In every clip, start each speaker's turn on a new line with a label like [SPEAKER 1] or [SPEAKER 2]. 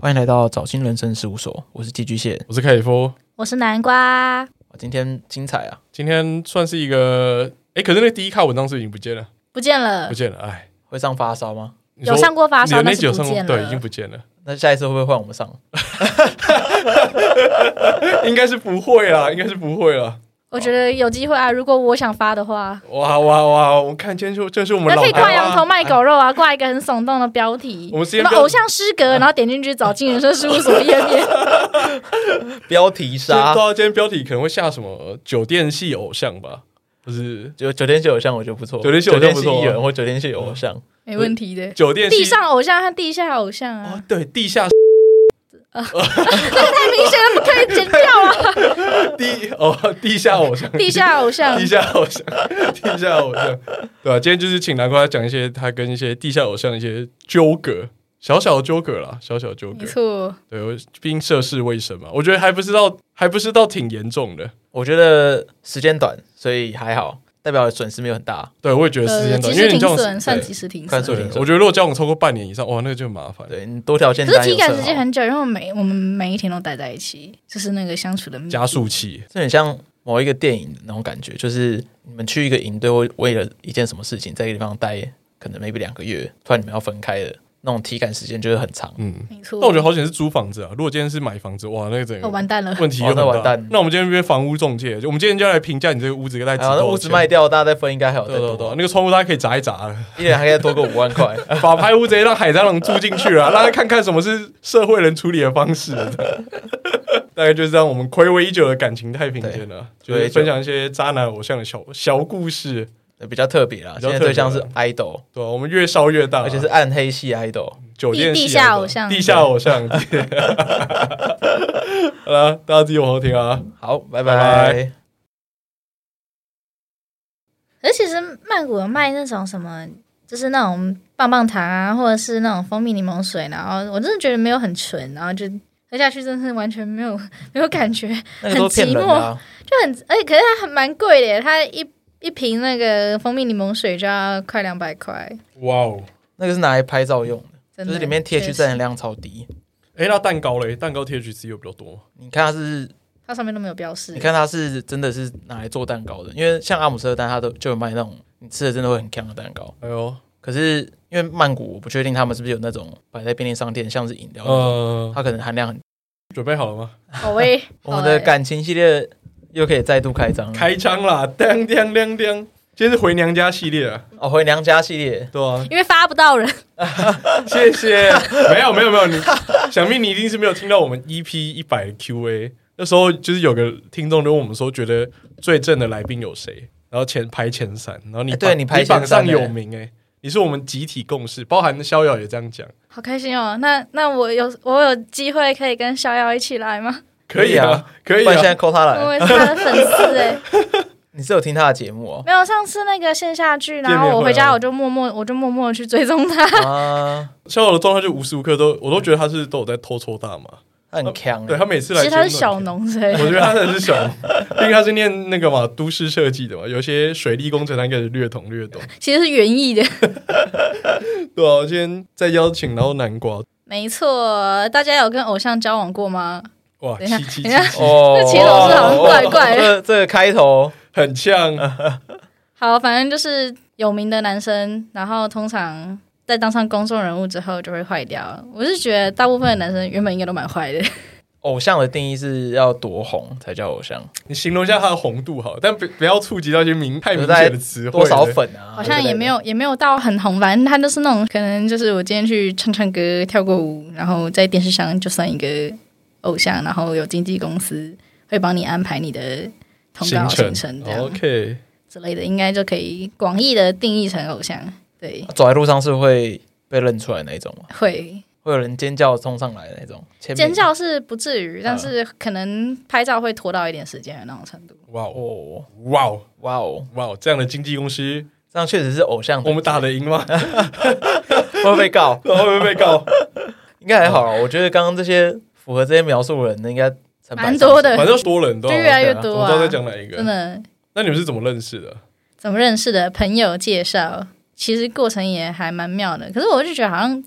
[SPEAKER 1] 欢迎来到早新人生事务所，我是寄居蟹。
[SPEAKER 2] 我是凯夫。
[SPEAKER 3] 我是南瓜，
[SPEAKER 1] 哇今天精彩啊，
[SPEAKER 2] 今天算是一个，哎、可是那个第一卡文章是已经不见了，
[SPEAKER 3] 不见了
[SPEAKER 2] 不，见了，哎，
[SPEAKER 1] 会上发烧吗？
[SPEAKER 2] 你说
[SPEAKER 3] 有上过发
[SPEAKER 2] 你
[SPEAKER 3] 烧
[SPEAKER 2] 的那
[SPEAKER 3] 但是
[SPEAKER 2] 集有
[SPEAKER 3] 不
[SPEAKER 2] 上过，
[SPEAKER 3] 见
[SPEAKER 2] 对，
[SPEAKER 3] 了
[SPEAKER 2] 已经不见了，
[SPEAKER 1] 那下一次会不会换我们上？
[SPEAKER 2] 应该是不会啦，应该是不会啦。
[SPEAKER 3] 我觉得有机会啊。如果我想发的话，
[SPEAKER 2] 哇哇哇！我看今天就就是我们
[SPEAKER 3] 那
[SPEAKER 2] 老
[SPEAKER 3] 可以挂
[SPEAKER 2] 台
[SPEAKER 3] 羊
[SPEAKER 2] 湾
[SPEAKER 3] 头卖狗肉啊，挂一个很耸动的标题，
[SPEAKER 2] 我们
[SPEAKER 3] 什
[SPEAKER 2] 先
[SPEAKER 3] 么
[SPEAKER 2] 不要啊
[SPEAKER 3] 偶像失格，然后点进去找金人生事务所页面，
[SPEAKER 1] 标题
[SPEAKER 2] 今
[SPEAKER 1] 杀
[SPEAKER 2] 啊天不知，道今天标题可能会下什么呃酒店系偶像吧，就是
[SPEAKER 1] 就九天系偶像，我觉得不错。
[SPEAKER 2] 九天系偶像不
[SPEAKER 1] 九
[SPEAKER 2] 错啊
[SPEAKER 1] 天系艺人或九天系偶像，
[SPEAKER 3] 没问题的。
[SPEAKER 2] 酒店系
[SPEAKER 3] 地上偶像和地下偶像啊
[SPEAKER 2] 哦，，对，地下
[SPEAKER 3] 太明显了，不可以剪掉啊！
[SPEAKER 2] 地哦，地下偶像，
[SPEAKER 3] 地下偶像
[SPEAKER 2] 地，下偶像，地下偶像，对啊吧、今天就是请南瓜讲一些他跟一些地下偶像的一些纠葛，小小的纠葛啦，小小的纠葛
[SPEAKER 3] 没。错，
[SPEAKER 2] 对，我毕竟涉世未深嘛，我觉得还不知道，还不知道挺严重的。
[SPEAKER 1] 我觉得时间短，所以还好，代表损失没有很大。
[SPEAKER 2] 对，我也觉得时间
[SPEAKER 3] 及
[SPEAKER 1] 呃
[SPEAKER 2] 短，因
[SPEAKER 3] 呃时
[SPEAKER 2] 为你
[SPEAKER 3] 停
[SPEAKER 2] 这样
[SPEAKER 3] 损算
[SPEAKER 2] 对
[SPEAKER 3] 及时停
[SPEAKER 1] 算
[SPEAKER 3] 损。
[SPEAKER 1] 是
[SPEAKER 2] 对
[SPEAKER 1] 停损
[SPEAKER 2] 我觉得如果交往超过半年以上，哇，那个就很麻烦。
[SPEAKER 1] 对你多条件
[SPEAKER 3] 可
[SPEAKER 1] 单
[SPEAKER 3] 是
[SPEAKER 1] 有
[SPEAKER 3] 体感时
[SPEAKER 1] 设
[SPEAKER 3] 间
[SPEAKER 1] 好，
[SPEAKER 3] 很久，因为我们每我们每一天都待在一起，就是那个相处的密
[SPEAKER 2] 加速器，
[SPEAKER 1] 这很像某一个电影那种感觉，就是你们去一个营队，为为了一件什么事情，在一个地方待可能 maybe 两个月，突然你们要分开了，那种体感时间就会很长。
[SPEAKER 2] 嗯。
[SPEAKER 3] 没错。
[SPEAKER 2] 但我觉得好险是租房子啊，如果今天是买房子，哇，那个整
[SPEAKER 3] 哦，
[SPEAKER 2] 个
[SPEAKER 3] 完蛋了，
[SPEAKER 2] 问题
[SPEAKER 1] 哇
[SPEAKER 2] 又
[SPEAKER 1] 那
[SPEAKER 2] 很
[SPEAKER 1] 完
[SPEAKER 2] 大
[SPEAKER 1] 蛋。
[SPEAKER 2] 那我们今天变房屋中介，就我们今天就要来评价你这个屋子大概值
[SPEAKER 1] 然后
[SPEAKER 2] 多
[SPEAKER 1] 那
[SPEAKER 2] 少
[SPEAKER 1] 屋子
[SPEAKER 2] 钱
[SPEAKER 1] 卖，掉，大家再分应该还有
[SPEAKER 2] 对
[SPEAKER 1] 再
[SPEAKER 2] 对
[SPEAKER 1] 多
[SPEAKER 2] 对，
[SPEAKER 1] 吧，
[SPEAKER 2] 那个窗户大家可以砸一啊砸了，
[SPEAKER 1] 一人还可以多个五万块。
[SPEAKER 2] 法拍屋直接让海蟑螂住进去 了，让他看看什么是社会人处理的方式。 大概就是这样，我们暌违已久的感情太平间了，就
[SPEAKER 1] 对
[SPEAKER 2] 是分享一些渣男偶像的小小故事，
[SPEAKER 1] 比较特别啦，
[SPEAKER 2] 比较
[SPEAKER 1] 现在
[SPEAKER 2] 特别啊
[SPEAKER 1] 对象是
[SPEAKER 2] 啦
[SPEAKER 1] idol，
[SPEAKER 2] 对吧、我们越烧越大，
[SPEAKER 1] 而且是暗黑系 idol。
[SPEAKER 2] 酒店系
[SPEAKER 3] 地地下
[SPEAKER 2] 偶
[SPEAKER 3] 偶像
[SPEAKER 2] 地下偶 像。好了，大家自己往后听啊。
[SPEAKER 1] 好，拜
[SPEAKER 2] 拜
[SPEAKER 1] 拜。
[SPEAKER 3] 而其实曼谷有卖那种什么，就是那种棒棒糖啊，或者是那种蜂蜜柠檬水，然后我真的觉得没有很纯，然后就喝下去真的是完全没有没有感觉，
[SPEAKER 1] 那个都骗人的啊，
[SPEAKER 3] 就很而且可是它还蛮贵的耶，它一一瓶那个蜂蜜柠檬水就要快两百块，
[SPEAKER 2] 哇哦，
[SPEAKER 1] 那个是拿来拍照用的，
[SPEAKER 3] 真
[SPEAKER 1] 就
[SPEAKER 3] 的
[SPEAKER 1] 是里面 THC
[SPEAKER 3] 确
[SPEAKER 1] 含
[SPEAKER 3] 实
[SPEAKER 1] 量超低。
[SPEAKER 2] 哎，那蛋糕嘞？蛋糕 THC 有比较多吗？
[SPEAKER 1] 你看它是，
[SPEAKER 3] 它上面都没有标示
[SPEAKER 1] 你。看它是真的是拿来做蛋糕的，因为像阿姆斯特丹，它都就有卖那种你吃的真的会很香的蛋糕。
[SPEAKER 2] 哎呦，
[SPEAKER 1] 可是因为曼谷，我不确定他们是不是有那种摆在便利商店，像是饮料那种，
[SPEAKER 2] 呃，
[SPEAKER 1] 它可能含
[SPEAKER 3] 哦
[SPEAKER 1] 量很。
[SPEAKER 2] 准备好了吗？
[SPEAKER 3] 好喂，
[SPEAKER 1] 我们的感情系列又可以再度开张了，
[SPEAKER 2] 开枪啦！当当当当，今天是回娘家系列啊，
[SPEAKER 1] 哦，回娘家系列，
[SPEAKER 2] 对啊，
[SPEAKER 3] 因为发不到人，
[SPEAKER 2] 谢谢。 没有没有没有，你想必你一定是没有听到我们 EP 一百 Q&A 那时候，就是有个听众就问我们说，觉得最正的来宾有谁？然后前排前三，然后你
[SPEAKER 1] 哎
[SPEAKER 2] 榜、
[SPEAKER 1] 对你排前三
[SPEAKER 2] 榜上
[SPEAKER 1] 哎
[SPEAKER 2] 有名哎、你是我们集体共识，包含逍遥也这样讲，
[SPEAKER 3] 好开心哦！那那我有我有机会可以跟逍遥一起来吗？
[SPEAKER 2] 可以啊，可以
[SPEAKER 1] 不然现在
[SPEAKER 2] 啊，
[SPEAKER 1] 扣他来。
[SPEAKER 3] 我也是他的粉丝哎、
[SPEAKER 1] 你是有听他的节目 哦？
[SPEAKER 3] 没有，上次那个线下剧，
[SPEAKER 2] 面
[SPEAKER 3] 然后我
[SPEAKER 2] 会
[SPEAKER 3] 回家
[SPEAKER 2] 啊
[SPEAKER 3] 我就默默我就默默地去追踪他，
[SPEAKER 1] 啊，
[SPEAKER 2] 逍遥的状态就无时无刻都，我都觉得他是都有在偷抽大麻。
[SPEAKER 1] 他很强欸。
[SPEAKER 2] 对他啊每次来，
[SPEAKER 3] 其实他是小农之类
[SPEAKER 2] 我
[SPEAKER 3] 的。
[SPEAKER 2] 觉得他真的是小，因为他是念那个嘛都市设计的嘛，有些水利工程他应该是略懂略懂。
[SPEAKER 3] 其实是园艺的。
[SPEAKER 2] 对啊，我今天再邀请然后南瓜，
[SPEAKER 3] 没错，大家有跟偶像交往过吗？
[SPEAKER 2] 哇，
[SPEAKER 3] 等一下
[SPEAKER 2] 七七七
[SPEAKER 3] 等一下
[SPEAKER 1] 哦，
[SPEAKER 3] 这其实老师好像怪怪的
[SPEAKER 1] 这这个开头，
[SPEAKER 2] 很像，
[SPEAKER 3] 好，反正就是有名的男生，然后通常在当上公众人物之后就会坏掉。我是觉得大部分的男生原本应该都蛮坏的，
[SPEAKER 1] 偶像的定义是要多红才叫偶像，
[SPEAKER 2] 你形容一下它的红度好，但不不要触及到一些明太明
[SPEAKER 1] 大概
[SPEAKER 2] 显的词汇，
[SPEAKER 1] 多少？粉啊？
[SPEAKER 3] 好像也没有也没有到很红，反正他就是那种可能就是我今天去唱唱歌、跳过舞，然后在电视上就算一个偶像，然后有经纪公司会帮你安排你的通告
[SPEAKER 2] 行程
[SPEAKER 3] 行程这样。哦
[SPEAKER 2] OK，
[SPEAKER 3] 之类的，应该就可以广义的定义成偶像。对，
[SPEAKER 1] 走在路上是会被认出来那种吗？
[SPEAKER 3] 会
[SPEAKER 1] 会有人尖叫冲上来那种？签名
[SPEAKER 3] 尖叫是不至于，但是可能拍照会拖到一点时间的那种程度。
[SPEAKER 2] 哇哦，
[SPEAKER 1] 哦，
[SPEAKER 2] 哇哦，
[SPEAKER 1] 哇哦，
[SPEAKER 2] 哇哦，这样的经纪公司，
[SPEAKER 1] 这样确实是偶像的，
[SPEAKER 2] 我们打得赢吗？
[SPEAKER 1] 会 不会被告？
[SPEAKER 2] 会不会被告？
[SPEAKER 1] 应该还好啊，我觉得刚刚这些符合这些描述的人的应该成百
[SPEAKER 3] 蛮多的
[SPEAKER 2] 反正多人都
[SPEAKER 3] 就 越来越多
[SPEAKER 2] 我
[SPEAKER 3] 啊
[SPEAKER 2] 知道在讲哪一
[SPEAKER 3] 真
[SPEAKER 2] 个。
[SPEAKER 3] 的，
[SPEAKER 2] 那你们是怎么认识的？
[SPEAKER 3] 怎么认识的？朋友介绍，其实过程也还蛮妙的。可是我就觉得好像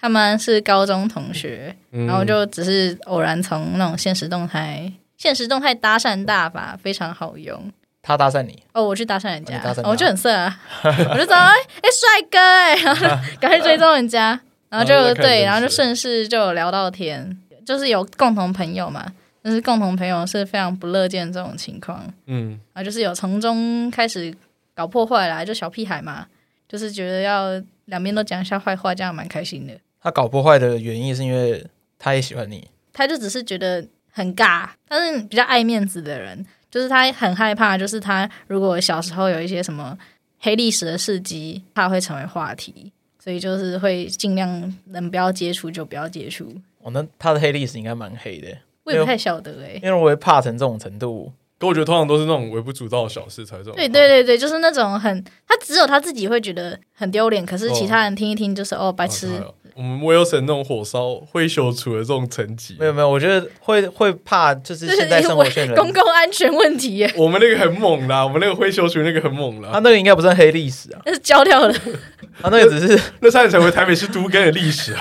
[SPEAKER 3] 他们是高中同学，
[SPEAKER 2] 嗯
[SPEAKER 3] 然后就只是偶然从那种现实动态、现实动态搭讪大法非常好用。
[SPEAKER 1] 他搭讪你，
[SPEAKER 3] 哦，我去搭讪人家，
[SPEAKER 1] 哦你搭讪他
[SPEAKER 3] 哦我就很色啊， 我就找哎哎帅哥哎、然后就赶快追踪人家，然后就
[SPEAKER 2] 哦然后就开始认
[SPEAKER 3] 对，
[SPEAKER 2] 识
[SPEAKER 3] 然后就顺势就有聊到天，就是有共同朋友嘛，但是共同朋友是非常不乐见这种情况，
[SPEAKER 2] 嗯，
[SPEAKER 3] 然后就是有从中开始搞破坏啦，就小屁孩嘛，就是觉得要两边都讲一下坏话，这样蛮开心的。
[SPEAKER 1] 他搞破坏的原因是因为他也喜欢你，
[SPEAKER 3] 他就只是觉得很尬，但是比较爱面子的人，就是他很害怕，就是他如果小时候有一些什么黑历史的事迹，他会成为话题，所以就是会尽量能不要接触就不要接触。
[SPEAKER 1] 哦，那他的黑历史应该蛮黑的，
[SPEAKER 3] 我也不太
[SPEAKER 1] 哦
[SPEAKER 3] 晓得哎、
[SPEAKER 1] 因为我会怕成这种程度，
[SPEAKER 2] 可我觉得通常都是那种微不足道的小事才这种。
[SPEAKER 3] 对对对对，就是那种很，他只有他自己会觉得很丢脸，可是其他人听一听就是哦白
[SPEAKER 2] 白
[SPEAKER 3] 痴，
[SPEAKER 2] 啊我们 Wilson 那种火烧会朽除的这种层级
[SPEAKER 1] 没，有没有，我觉得会会怕， 就是
[SPEAKER 3] 就是
[SPEAKER 1] 现在生活圈的
[SPEAKER 3] 公
[SPEAKER 1] 人，
[SPEAKER 3] 共安全问题 耶，
[SPEAKER 2] 我们那个很猛啦，我们那个会朽除那个很猛
[SPEAKER 1] 他啊
[SPEAKER 2] 啦，
[SPEAKER 1] 那个应该不算黑历史啊，
[SPEAKER 3] 那是焦掉了。
[SPEAKER 1] 他那个只是
[SPEAKER 2] 那差点成为台北市都根的历史啊。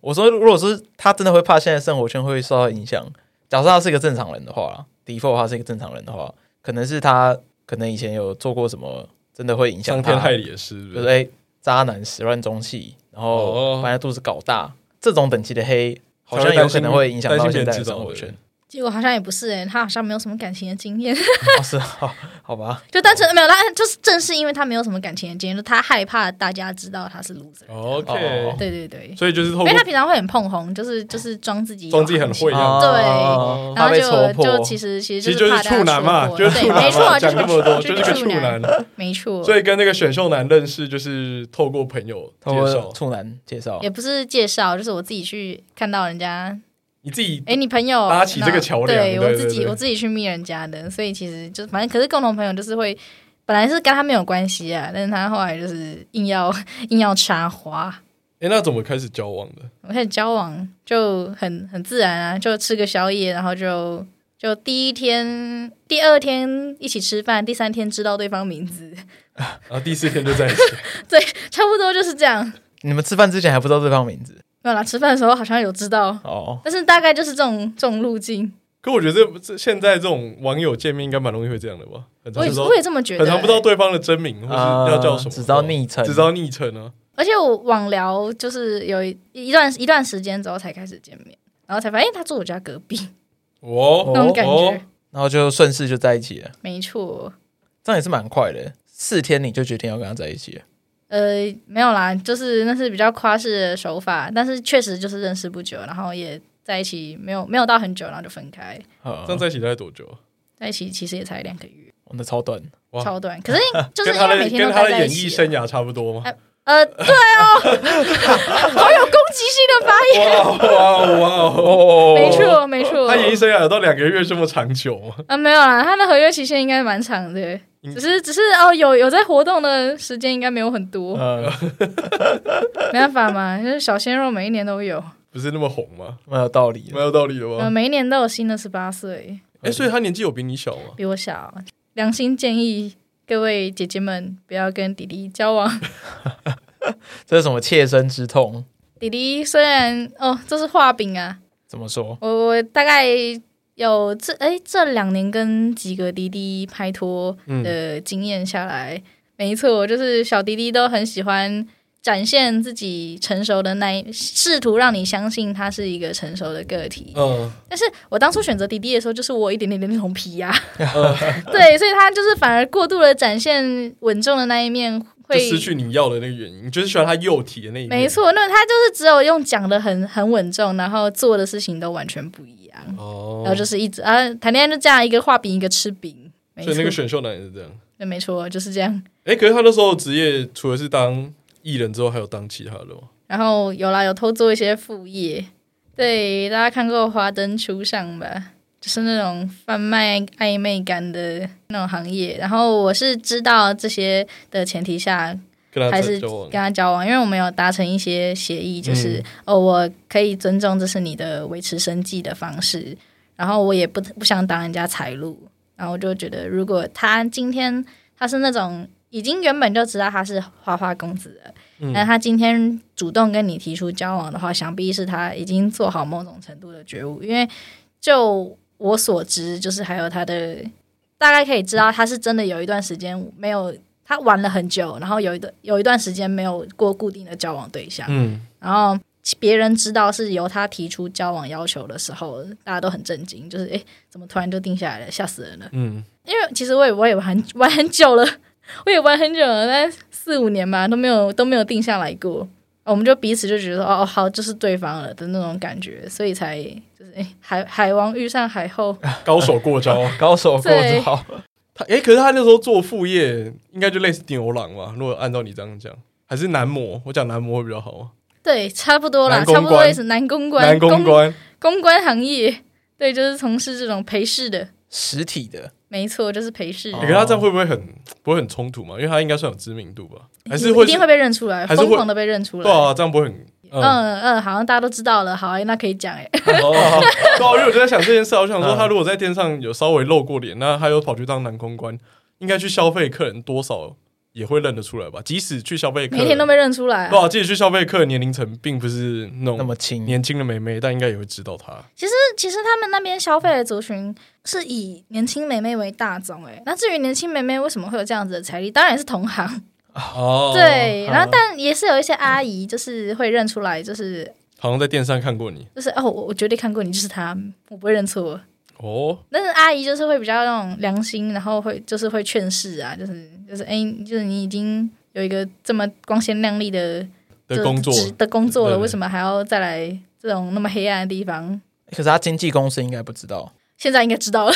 [SPEAKER 1] 我说，如果是他真的会怕现在生活圈会受到影响，假设他是一个正常人的话，default 他是一个正常人的话，可能是他可能以前有做过什么真的会影响
[SPEAKER 2] 伤
[SPEAKER 1] 他
[SPEAKER 2] 天，害理的事，
[SPEAKER 1] 比
[SPEAKER 2] 对
[SPEAKER 1] 如
[SPEAKER 2] 不
[SPEAKER 1] 说
[SPEAKER 2] 对？
[SPEAKER 1] 哎、渣男始乱终弃，然
[SPEAKER 2] 哦
[SPEAKER 1] 后把人家肚子搞大，这种等级的黑，好像
[SPEAKER 2] 才会
[SPEAKER 1] 有
[SPEAKER 2] 担心
[SPEAKER 1] 可能会影响
[SPEAKER 2] 担
[SPEAKER 1] 到
[SPEAKER 2] 心别
[SPEAKER 1] 现
[SPEAKER 2] 人
[SPEAKER 1] 在的
[SPEAKER 2] 知道
[SPEAKER 1] 生活
[SPEAKER 2] 对
[SPEAKER 1] 圈。
[SPEAKER 3] 结果好像也不是哎、他好像没有什么感情的经验。
[SPEAKER 1] 哦，是好，好吧，
[SPEAKER 3] 就单纯没有，他就是正是因为他没有什么感情的经验，就他害怕大家知道他是 loser。
[SPEAKER 2] OK，
[SPEAKER 1] 哦
[SPEAKER 3] 对对对，
[SPEAKER 2] 所以就是透
[SPEAKER 3] 因
[SPEAKER 2] 过
[SPEAKER 3] 为他平常会很碰红，就是就是装自己
[SPEAKER 2] 装自己很会啊
[SPEAKER 3] 有
[SPEAKER 2] 这样
[SPEAKER 3] 行情对。
[SPEAKER 1] 哦
[SPEAKER 3] 然
[SPEAKER 1] 怕
[SPEAKER 3] 后
[SPEAKER 1] 被戳
[SPEAKER 3] 就就
[SPEAKER 1] 破，
[SPEAKER 3] 其实其
[SPEAKER 2] 其
[SPEAKER 3] 实
[SPEAKER 2] 实就是
[SPEAKER 3] 怕大家
[SPEAKER 2] 处男嘛，
[SPEAKER 3] 戳破
[SPEAKER 2] 就是处
[SPEAKER 3] 对，
[SPEAKER 2] 男嘛，
[SPEAKER 3] 没错，
[SPEAKER 2] 讲
[SPEAKER 3] 就是
[SPEAKER 2] 那么多，
[SPEAKER 3] 就
[SPEAKER 2] 就是个
[SPEAKER 3] 处
[SPEAKER 2] 处男，。
[SPEAKER 3] 没错。
[SPEAKER 2] 所以跟那个选秀男认识，就是透过朋友介
[SPEAKER 1] 通过
[SPEAKER 2] 绍。
[SPEAKER 1] 处男介绍
[SPEAKER 3] 也，不是介绍，就是我自己去看到人家，
[SPEAKER 2] 你自己
[SPEAKER 3] 哎，你朋友
[SPEAKER 2] 搭起这个桥梁
[SPEAKER 3] 然后对
[SPEAKER 2] 对
[SPEAKER 3] 我
[SPEAKER 2] 对
[SPEAKER 3] 自己
[SPEAKER 2] 对
[SPEAKER 3] 我自己去密人家的，所以其实就反正可是共同朋友就是会，本来是跟他没有关系啊，但是他后来就是硬要硬要插花，
[SPEAKER 2] 哎，那怎么开始交往的？
[SPEAKER 3] 我开始交往就很很自然啊，就吃个宵夜，然后就就第一天、第二天一起吃饭，第三天知道对方名字，
[SPEAKER 2] 然后第四天就在一起，
[SPEAKER 3] 差不多就是这样。
[SPEAKER 1] 你们吃饭之前还不知道对方名字
[SPEAKER 3] 没有啦，吃饭的时候好像有知道，
[SPEAKER 1] 哦，
[SPEAKER 3] 但是大概就是这种这种路径，
[SPEAKER 2] 可我觉得这这现在这种网友见面应该蛮容易会这样的吧？很
[SPEAKER 3] 我
[SPEAKER 2] 常
[SPEAKER 3] 也
[SPEAKER 2] 不知道
[SPEAKER 3] 我，也这么觉得、
[SPEAKER 2] 很常不知道对方的真名或是
[SPEAKER 1] 啊
[SPEAKER 2] 要叫什么，
[SPEAKER 1] 只知道昵称，
[SPEAKER 2] 只知道昵称啊。
[SPEAKER 3] 而且我网聊就是有一一段一段时间之后才开始见面，然后才发现哎他住我家隔壁、
[SPEAKER 2] 哦，
[SPEAKER 3] 那种感觉，
[SPEAKER 2] 哦
[SPEAKER 1] 然后就顺势就在一起了，
[SPEAKER 3] 没错。
[SPEAKER 1] 这样也是蛮快的。四天你就决定要跟他在一起了，
[SPEAKER 3] 呃，没有啦，就是那是比较夸式的手法，但是确实就是认识不久，然后也在一起没有没有到很久，然后就分开，
[SPEAKER 1] 呃
[SPEAKER 2] 这样在一起大概多久啊？
[SPEAKER 3] 在一起其实也才两个月，
[SPEAKER 1] 我们的超短，
[SPEAKER 2] 哇
[SPEAKER 3] 超 短。可是就是
[SPEAKER 2] 跟他
[SPEAKER 3] 因为
[SPEAKER 2] 的
[SPEAKER 3] 每天
[SPEAKER 2] 跟
[SPEAKER 3] 都
[SPEAKER 2] 他
[SPEAKER 3] 待
[SPEAKER 2] 的
[SPEAKER 3] 在
[SPEAKER 2] 演
[SPEAKER 3] 一
[SPEAKER 2] 艺
[SPEAKER 3] 起，
[SPEAKER 2] 生涯差不多吗？
[SPEAKER 3] 呃，对哦， 好有攻击性的发言，
[SPEAKER 2] 哇哇哇哦！
[SPEAKER 3] 哎没错没错
[SPEAKER 2] 他。演艺生涯有到两个月这么长久 吗？
[SPEAKER 3] 啊，没有啦，他的合约期限应该蛮长的，
[SPEAKER 2] 嗯
[SPEAKER 3] 只是只是哦，有有在活动的时间应该没有很 多，
[SPEAKER 1] 呃，
[SPEAKER 3] 没办法嘛，就是小鲜肉每一年都有，
[SPEAKER 2] 不是那么红吗？
[SPEAKER 1] 蛮有道理的。
[SPEAKER 2] 蛮有道理的
[SPEAKER 3] 呃，
[SPEAKER 2] 吧？
[SPEAKER 3] 每一年都有新的十八岁。
[SPEAKER 2] 哎，所以他年纪有比你小吗？
[SPEAKER 3] 比我小。良心建议各位姐姐们不要跟弟弟交往。
[SPEAKER 1] 这是什么切身之痛？
[SPEAKER 3] 弟弟虽然哦，这是画饼啊，
[SPEAKER 1] 怎么说？
[SPEAKER 3] 我我大概有这哎这两年跟几个弟弟拍拖的经验下来，没错，就是小弟弟都很喜欢。展现自己成熟的那一，试图让你相信他是一个成熟的个体。
[SPEAKER 2] 嗯，
[SPEAKER 3] 但是我当初选择迪迪的时候，就是我有一点点的那种皮呀、对，所以他就是反而过度的展现稳重的那一面，
[SPEAKER 2] 就
[SPEAKER 3] 会
[SPEAKER 2] 失去你要的那个原因，你就是喜欢他幼体的那一面。
[SPEAKER 3] 没，错，那他就是只有用讲的很很稳重，然后做的事情都完全不一样，
[SPEAKER 2] 哦
[SPEAKER 3] 然，后就是一直啊谈恋爱就这样，一个画饼一个吃饼，没
[SPEAKER 2] 所以那个
[SPEAKER 3] 错，
[SPEAKER 2] 选秀男也是这样。
[SPEAKER 3] 对，没错，就是这样。
[SPEAKER 2] 哎，可是他那时候职业除了是当艺人之后，还有当其他的吗？
[SPEAKER 3] 然后有啦，有偷做一些副业，对，大家看过《华灯初上》吧？就是那种贩卖暧昧感的那种行业。然后我是知道这些的前提下，
[SPEAKER 2] 跟他
[SPEAKER 3] 还是
[SPEAKER 2] 交往
[SPEAKER 3] 跟，他交往，因为我们有达成一些协议，就是、哦，我可以尊重这是你的维持生计的方式，然后我也不不想挡人家财路，然后我就觉得如果他今天他是那种已经原本就知道他是花花公子了，
[SPEAKER 2] 嗯
[SPEAKER 3] 但他今天主动跟你提出交往的话，想必是他已经做好某种程度的觉悟。因为就我所知，就是还有他的大概可以知道，他是真的有一段时间没有他玩了很久，然后有一段有一段时间没有过固定的交往对象，
[SPEAKER 2] 嗯，
[SPEAKER 3] 然后。别人知道是由他提出交往要求的时候，大家都很震惊，就是诶，怎么突然就定下来了，吓死人了。
[SPEAKER 2] 嗯，
[SPEAKER 3] 因为其实我也我也玩 玩很久了，我也玩很久了，但四五年吧都没有都没有定下来过。哦我们就彼此就觉得哦哦好，就是对方了的那种感觉，所以才就是、哎海海王遇上海 后，
[SPEAKER 2] 高手过招。
[SPEAKER 1] 高手过
[SPEAKER 3] 对
[SPEAKER 1] 招，
[SPEAKER 2] 他哎、可是他那时候做副业，应该就类似牛郎嘛。如果按照你这样讲，还是男模，我讲男模会比较好啊。
[SPEAKER 3] 对，差不多啦，
[SPEAKER 2] 男公
[SPEAKER 3] 差
[SPEAKER 2] 关
[SPEAKER 3] 不多也是男公关，
[SPEAKER 2] 男公关，
[SPEAKER 3] 公关行业，对，就是从事这种陪侍的，
[SPEAKER 1] 实体的
[SPEAKER 3] 没错，就是陪侍
[SPEAKER 2] 你
[SPEAKER 1] 哦
[SPEAKER 2] 跟、可是他这样会不会很不会很冲突嘛？因为他应该算有知名度吧，还是会
[SPEAKER 3] 一定会被认出来，
[SPEAKER 2] 还是会
[SPEAKER 3] 疯狂的被认出来。
[SPEAKER 2] 对啊，这样不会很
[SPEAKER 3] 嗯
[SPEAKER 2] 嗯
[SPEAKER 3] 嗯，好像大家都知道了，好，哎那可以讲哎、
[SPEAKER 2] 哦，对啊，因为我就在想这件事啊，我想说
[SPEAKER 1] 嗯
[SPEAKER 2] 他如果在店上有稍微露过脸，那他又跑去当男公关，应该去消费客人多少也会认得出来吧？即使去消费客
[SPEAKER 3] 每
[SPEAKER 2] 人，
[SPEAKER 3] 天都被认出来、啊
[SPEAKER 2] 对。啊，即使去消费客人年龄层并不是那
[SPEAKER 1] 那
[SPEAKER 2] 种
[SPEAKER 1] 么轻，
[SPEAKER 2] 年轻的妹妹，但应该也会知道他。
[SPEAKER 3] 其实，其实他们那边消费的族群是以年轻美眉为大宗，哎，那至于年轻美眉为什么会有这样子的财力，当然也是同行，
[SPEAKER 2] 哦
[SPEAKER 3] 对，然后
[SPEAKER 2] 但
[SPEAKER 3] 但也是有一些阿姨就是会认出来，就是
[SPEAKER 2] 好像在店上看过你
[SPEAKER 3] 就是哦，我我绝对看过你，就是她，我不会认错。
[SPEAKER 2] 哦，
[SPEAKER 3] 但是阿姨就是会比较那种良心，然后会就是会劝世啊，就是就是哎，就是你已经有一个这么光鲜亮丽的
[SPEAKER 2] 的工作
[SPEAKER 3] 就职的工作
[SPEAKER 2] 对
[SPEAKER 3] 了，
[SPEAKER 2] 对
[SPEAKER 3] 为什么还要再来这种那么黑暗的地方？
[SPEAKER 1] 可是他经纪公司应该不知道，
[SPEAKER 3] 现在应该知道了，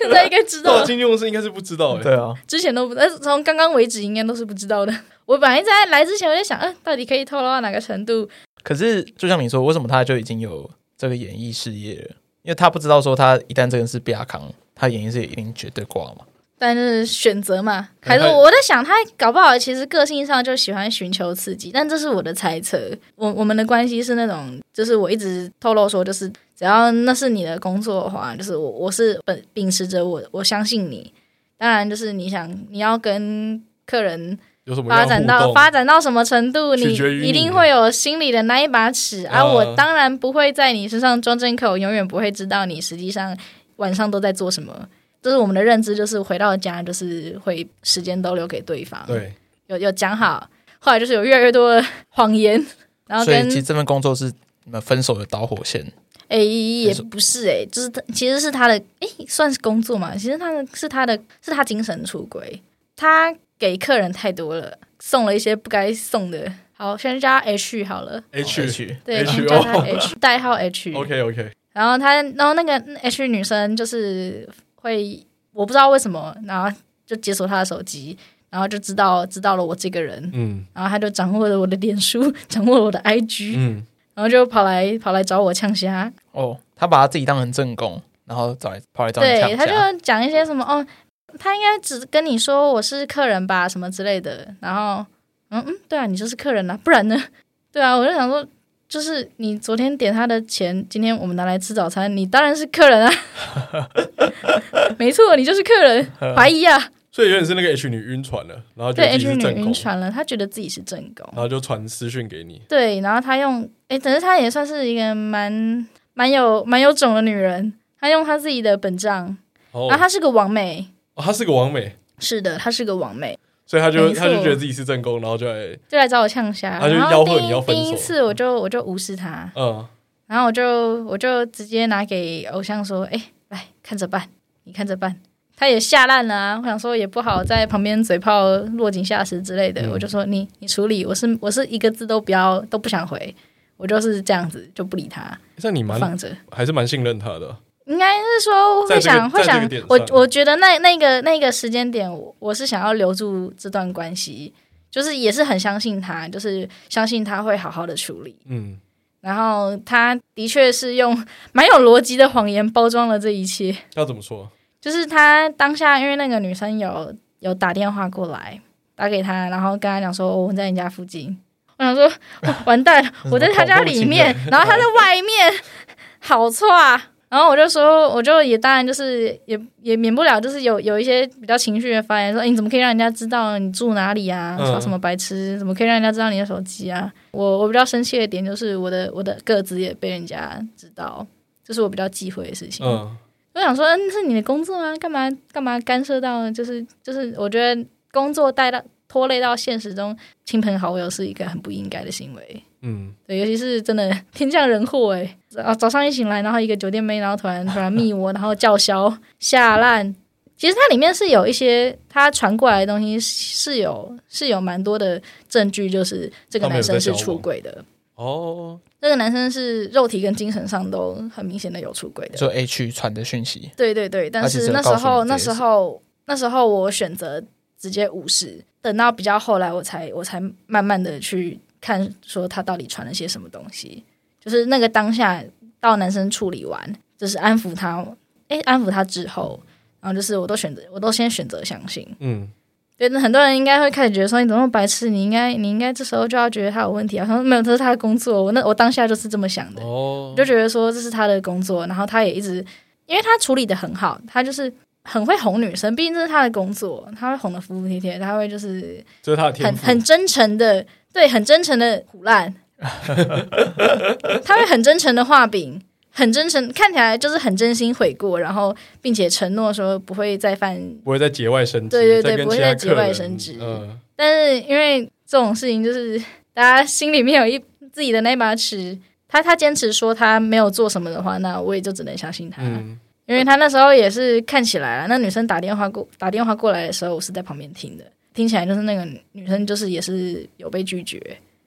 [SPEAKER 3] 现在应该知道
[SPEAKER 2] 到
[SPEAKER 3] 了，
[SPEAKER 2] 经纪公司应该啊是不知道哎、
[SPEAKER 1] 对啊，
[SPEAKER 3] 之前都不，但是从刚刚为止应该都是不知道的。 我本来在来之前我在想，嗯、到底可以透露到哪个程度？
[SPEAKER 1] 可是就像你说，为什么他就已经有这个演艺事业了？因为他不知道说他一旦这个是亚康，他演艺事业一定绝对挂嘛。
[SPEAKER 3] 但是选择嘛，还是
[SPEAKER 2] 对他
[SPEAKER 3] 我在想，他搞不好其实个性上就喜欢寻求刺激，但这是我的猜测。我我们的关系是那种，就是我一直透露说，就是只要那是你的工作的话，就是我我是本秉持着我我相信你。当然，就是你想你要跟客人
[SPEAKER 2] 有什么
[SPEAKER 3] 发
[SPEAKER 2] 样的
[SPEAKER 3] 展
[SPEAKER 2] 互
[SPEAKER 3] 到
[SPEAKER 2] 动
[SPEAKER 3] 发展到什么程度，
[SPEAKER 2] 取决于你
[SPEAKER 3] 一定会有心里的那一把尺啊！
[SPEAKER 2] 嗯
[SPEAKER 3] 我当然不会在你身上装针口，永远不会知道你实际上晚上都在做什么。就是我们的认知，就是回到家就是会时间都留给对方，
[SPEAKER 2] 对，
[SPEAKER 3] 有有讲好。后来就是有越来越多的谎言，然后
[SPEAKER 1] 所以
[SPEAKER 3] 跟
[SPEAKER 1] 其实这份工作是你们分手的导火线。
[SPEAKER 3] 哎、也不是哎、就是他其实是他的哎、算是工作嘛。其实他的是他的是他精神出轨，他给客人太多了，送了一些不该送的。好，先叫他 H 好了，
[SPEAKER 2] H
[SPEAKER 1] 去
[SPEAKER 3] 对，
[SPEAKER 2] H 哦
[SPEAKER 3] 先叫他 H 代号 H。
[SPEAKER 2] OK OK，
[SPEAKER 3] 然后他，然后那个 H 女生就是会，我不知道为什么，然后就解锁他的手机，然后就知道知道了我这个人，
[SPEAKER 2] 嗯
[SPEAKER 3] 然后他就掌握了我的脸书， 掌握了我的 IG，、
[SPEAKER 2] 嗯，
[SPEAKER 3] 然后就跑来跑来找我呛虾。
[SPEAKER 1] 哦，他把他自己当成正宫，然后找来跑来找你
[SPEAKER 3] 对，
[SPEAKER 1] 呛
[SPEAKER 3] 他
[SPEAKER 1] 架。，
[SPEAKER 3] 就讲一些什么哦，他应该只跟你说我是客人吧，什么之类的。然后，嗯嗯，对啊，你就是客人啊，不然呢？ 对啊，我就想说，就是你昨天点他的钱，今天我们拿来吃早餐，你当然是 客人啊，没错，你就是客人，怀疑啊，
[SPEAKER 2] 所以有点是那个 H 女晕船了，然后觉
[SPEAKER 3] 对
[SPEAKER 2] 得自己
[SPEAKER 3] ，H
[SPEAKER 2] 是
[SPEAKER 3] 女
[SPEAKER 2] 正
[SPEAKER 3] 晕
[SPEAKER 2] 宫，
[SPEAKER 3] 船了，她觉得自己是正宫
[SPEAKER 2] 然，后就传私讯给你，
[SPEAKER 3] 对，然后她用，哎，可是她也算是一个蛮蛮有蛮有种的女人，她用她自己的本账，
[SPEAKER 2] 哦
[SPEAKER 3] 然后她是个王美，
[SPEAKER 2] 哦，他是个王美，
[SPEAKER 3] 是的，她是个王美。
[SPEAKER 2] 所以他就
[SPEAKER 3] 没错
[SPEAKER 2] 他就觉得自己是正宫，然后就呃来
[SPEAKER 3] 就来找我呛虾，
[SPEAKER 2] 他就
[SPEAKER 3] 然
[SPEAKER 2] 吆
[SPEAKER 3] 后
[SPEAKER 2] 喝
[SPEAKER 3] 第
[SPEAKER 2] 你要
[SPEAKER 3] 一
[SPEAKER 2] 分手
[SPEAKER 3] 第一次我就我就无视他，
[SPEAKER 2] 嗯，
[SPEAKER 3] 然后我就我就直接拿给偶像说：“哎、来看着办，你看着办。”他也吓烂了、啊，我想说也不好在旁边嘴炮落井下石之类的，
[SPEAKER 2] 嗯
[SPEAKER 3] 我就说你你处理，我是我是一个字都不要都不想回，我就是这样子就不理他，
[SPEAKER 2] 那你蛮
[SPEAKER 3] 放着。
[SPEAKER 2] 还是蛮信任他的，
[SPEAKER 3] 应该是说
[SPEAKER 2] 在
[SPEAKER 3] 会
[SPEAKER 2] 这个
[SPEAKER 3] 想会
[SPEAKER 2] 在这
[SPEAKER 3] 想
[SPEAKER 2] 个点，
[SPEAKER 3] 我
[SPEAKER 2] 上
[SPEAKER 3] 我觉得那那个那个时间点，我我是想要留住这段关系，就是也是很相信他，就是相信他会好好的处理。
[SPEAKER 2] 嗯，
[SPEAKER 3] 然后他的确是用蛮有逻辑的谎言包装了这一切。
[SPEAKER 2] 要怎么说？
[SPEAKER 3] 就是他当下，因为那个女生有有打电话过来，打给他，然后跟他讲说、哦我在你家附近。我 想说，哦完蛋了
[SPEAKER 1] 么
[SPEAKER 2] 嗯
[SPEAKER 3] 我在他家里面，然后他在外面，好错啊！然后我就说，我就也当然就是也也免不了就是有有一些比较情绪的发言，说、哎你怎么可以让人家知道你住哪里啊？
[SPEAKER 2] 嗯
[SPEAKER 3] 耍什么白痴？怎么可以让人家知道你的手机啊？我我比较生气的点就是我的我的个子也被人家知道，这是我比较忌讳的事情。
[SPEAKER 2] 嗯，
[SPEAKER 3] 我想说，嗯，是你的工作啊，干嘛干嘛干涉到？就是就是，我觉得工作带到拖累到现实中亲朋好友是一个很不应该的行为。
[SPEAKER 2] 嗯，
[SPEAKER 3] 对，尤其是真的天降人祸哎、啊，早上一醒来，然后一个酒店妹，然后突然突然 密我，然后叫嚣下烂。其实它里面是有一些他传过来的东西是有是有蛮多的证据，就是这个
[SPEAKER 2] 他们有
[SPEAKER 3] 男
[SPEAKER 2] 在
[SPEAKER 3] 生是
[SPEAKER 2] 交往
[SPEAKER 3] 出轨的。
[SPEAKER 2] 哦，
[SPEAKER 3] 这个男生是肉体跟精神上都很明显的有出轨的
[SPEAKER 1] 就，A 区传的讯息，
[SPEAKER 3] 对对对，但
[SPEAKER 1] 其实
[SPEAKER 3] 是
[SPEAKER 1] 有
[SPEAKER 3] 那时
[SPEAKER 1] 告诉
[SPEAKER 3] 候
[SPEAKER 1] 你
[SPEAKER 3] 那
[SPEAKER 1] 这
[SPEAKER 3] 时
[SPEAKER 1] 件事
[SPEAKER 3] 候那时候我选择直接无视，等到比较后来我才我才慢慢的去看说他到底传了些什么东西，就是那个当下到男生处理完，就是安抚他，诶，安抚他之后，然后就是我都选择我都先选择相信，
[SPEAKER 2] 嗯，
[SPEAKER 3] 对，那很多人应该会开始觉得说你怎么那么白痴，你应该你应该这时候就要觉得他有问题啊，他说没有，这是他的工作，我那我当下就是这么想的，
[SPEAKER 2] 哦
[SPEAKER 3] 我就觉得说这是他的工作，然后他也一直，因为他处理的很好，他就是很会哄女生，毕竟这是他的工作，他会哄的服服帖帖，他会就是
[SPEAKER 2] 这是他的天
[SPEAKER 3] 很
[SPEAKER 2] 赋，
[SPEAKER 3] 很真诚的，对，很真诚的 胡烂，他会很真诚的画饼，很真诚，看起来就是很真心悔过，然后并且承诺说不会再犯，
[SPEAKER 2] 不会再节外生枝，
[SPEAKER 3] 对对对
[SPEAKER 2] 再跟
[SPEAKER 3] 不会
[SPEAKER 2] 其他
[SPEAKER 3] 再节外
[SPEAKER 2] 客人
[SPEAKER 3] 生枝啊
[SPEAKER 2] 嗯，
[SPEAKER 3] 但是因为这种事情就是 大家心里面有一自己的那把尺。他他坚持说他没有做什么的话，那我也就只能相信他。
[SPEAKER 2] 嗯，
[SPEAKER 3] 因为他那时候也是看起来啊，那女生打电话过打电话过来的时候，我是在旁边听的，听起来就是那个女生就是也是有被拒绝，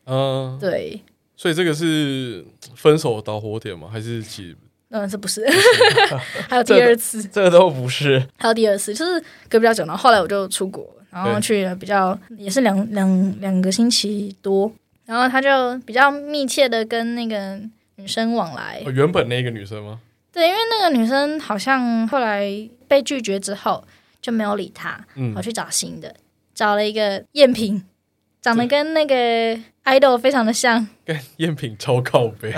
[SPEAKER 2] 嗯，
[SPEAKER 3] 对，
[SPEAKER 2] 所以这个是分手的导火点吗？还是其实
[SPEAKER 3] 嗯，这不是， 还有第二次，
[SPEAKER 1] 这个都不是。
[SPEAKER 3] 还有第二次，就是隔比较久，然后后来我就出国，然后
[SPEAKER 2] 对
[SPEAKER 3] 去了比较也是两两两个星期多，然后他就比较密切的跟那个女生往来，
[SPEAKER 2] 哦原本那个女生吗？
[SPEAKER 3] 对，因为那个女生好像后来被拒绝之后就没有理他，
[SPEAKER 2] 嗯
[SPEAKER 3] 我，去找新的，找了一个赝品，长得跟那个 idol 非常的像，
[SPEAKER 2] 跟赝品超靠背，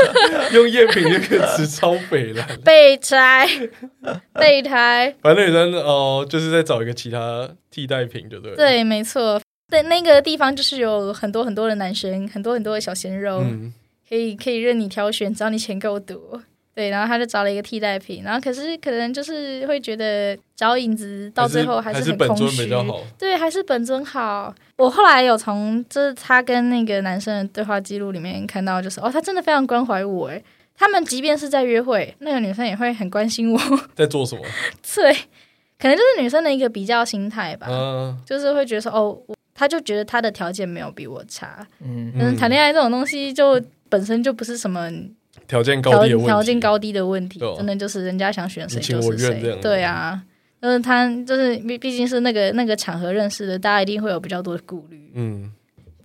[SPEAKER 2] 用赝品这个词超北了。
[SPEAKER 3] 备胎，备胎，
[SPEAKER 2] 反正女生哦，就是在找一个其他替代品，就对了。
[SPEAKER 3] 对，没错，对，那个地方就是有很多很多的男生，很多很多的小鲜肉，
[SPEAKER 2] 嗯，
[SPEAKER 3] 可以可以任你挑选，只要你钱够多。对，然后他就找了一个替代品，然后可是可能就是会觉得找影子到最后
[SPEAKER 2] 还
[SPEAKER 3] 是
[SPEAKER 2] 是
[SPEAKER 3] 很
[SPEAKER 2] 本
[SPEAKER 3] 空
[SPEAKER 2] 尊
[SPEAKER 3] 虚，
[SPEAKER 2] 比较好。
[SPEAKER 3] 对，还是本尊好。我后来有从就是他跟那个男生的对话记录里面看到，就是哦，他真的非常关怀我诶。他们即便是在约会，那个女生也会很关心我。
[SPEAKER 2] 在做什么？
[SPEAKER 3] 对，可能就是女生的一个比较心态吧，
[SPEAKER 2] 嗯，
[SPEAKER 3] 就是会觉得说哦，我他就觉得他的条件没有比我差。
[SPEAKER 1] 嗯，
[SPEAKER 3] 嗯，谈恋爱这种东西就本身就不是什么
[SPEAKER 2] 爱条件高
[SPEAKER 3] 条
[SPEAKER 2] 低的问题，
[SPEAKER 3] 条件高低的问题
[SPEAKER 2] 对啊，
[SPEAKER 3] 真的就是人家想选谁
[SPEAKER 2] 你情
[SPEAKER 3] 就
[SPEAKER 2] 我
[SPEAKER 3] 是
[SPEAKER 2] 愿这
[SPEAKER 3] 谁
[SPEAKER 2] 样，
[SPEAKER 3] 对啊，就是他就是毕毕竟是那个那个场合认识的，大家一定会有比较多的顾虑。
[SPEAKER 2] 嗯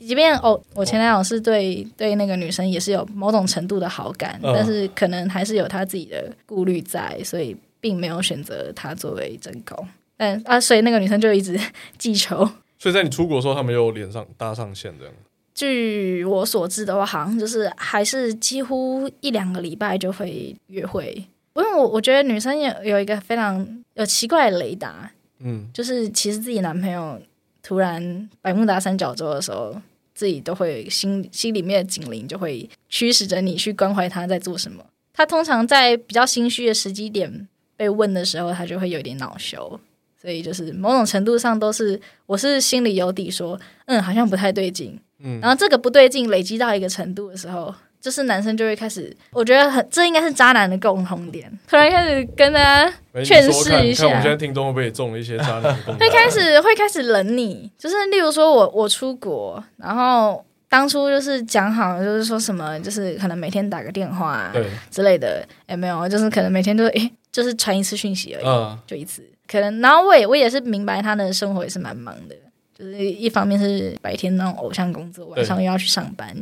[SPEAKER 3] 即便哦，我前男友是对对那个女生也是有某种程度的好感，
[SPEAKER 2] 嗯
[SPEAKER 3] 但是可能还是有他自己的顾虑在，所以并没有选择他作为真狗。但啊，所以那个女生就一直 记仇。
[SPEAKER 2] 所以在你出国的时候，他们又连上搭上线这样。
[SPEAKER 3] 据我所知的话，好像就是还是几乎一两个礼拜就会约会，因为我我觉得女生有有一个非常有奇怪的雷达，
[SPEAKER 2] 嗯，
[SPEAKER 3] 就是其实自己男朋友突然呃百慕达三角洲的时候，自己都会心心里面的警铃就会驱使着你去关怀他在做什么。他通常在比较心虚的时机点被问的时候，他就会有点恼羞，所以就是某种程度上都是我是心里有底说，嗯，好像不太对劲。
[SPEAKER 2] 嗯
[SPEAKER 3] 然后这个不对劲累积到一个程度的时候，就是男生就会开始，我觉得很这应该是渣男的共同点，突然开始跟他
[SPEAKER 2] 哎你
[SPEAKER 3] 劝
[SPEAKER 2] 说
[SPEAKER 3] 世
[SPEAKER 2] 看
[SPEAKER 3] 一
[SPEAKER 2] 看我们
[SPEAKER 3] 下
[SPEAKER 2] 现在听众会不会也中了一些渣男的共 感？
[SPEAKER 3] 会开始会开始冷你，就是例如说我我出国，然后当初就是讲好，就是说什么，就是可能每天打个电话、啊、
[SPEAKER 2] 对，
[SPEAKER 3] 之类的，也没有，就是可能每天都诶、哎就是传一次讯息而已，
[SPEAKER 2] 嗯，
[SPEAKER 3] 就一次。可能然后我也我也是明白他的生活也是蛮忙的，就是一方面是白天那种偶像工作，晚上又要去上班。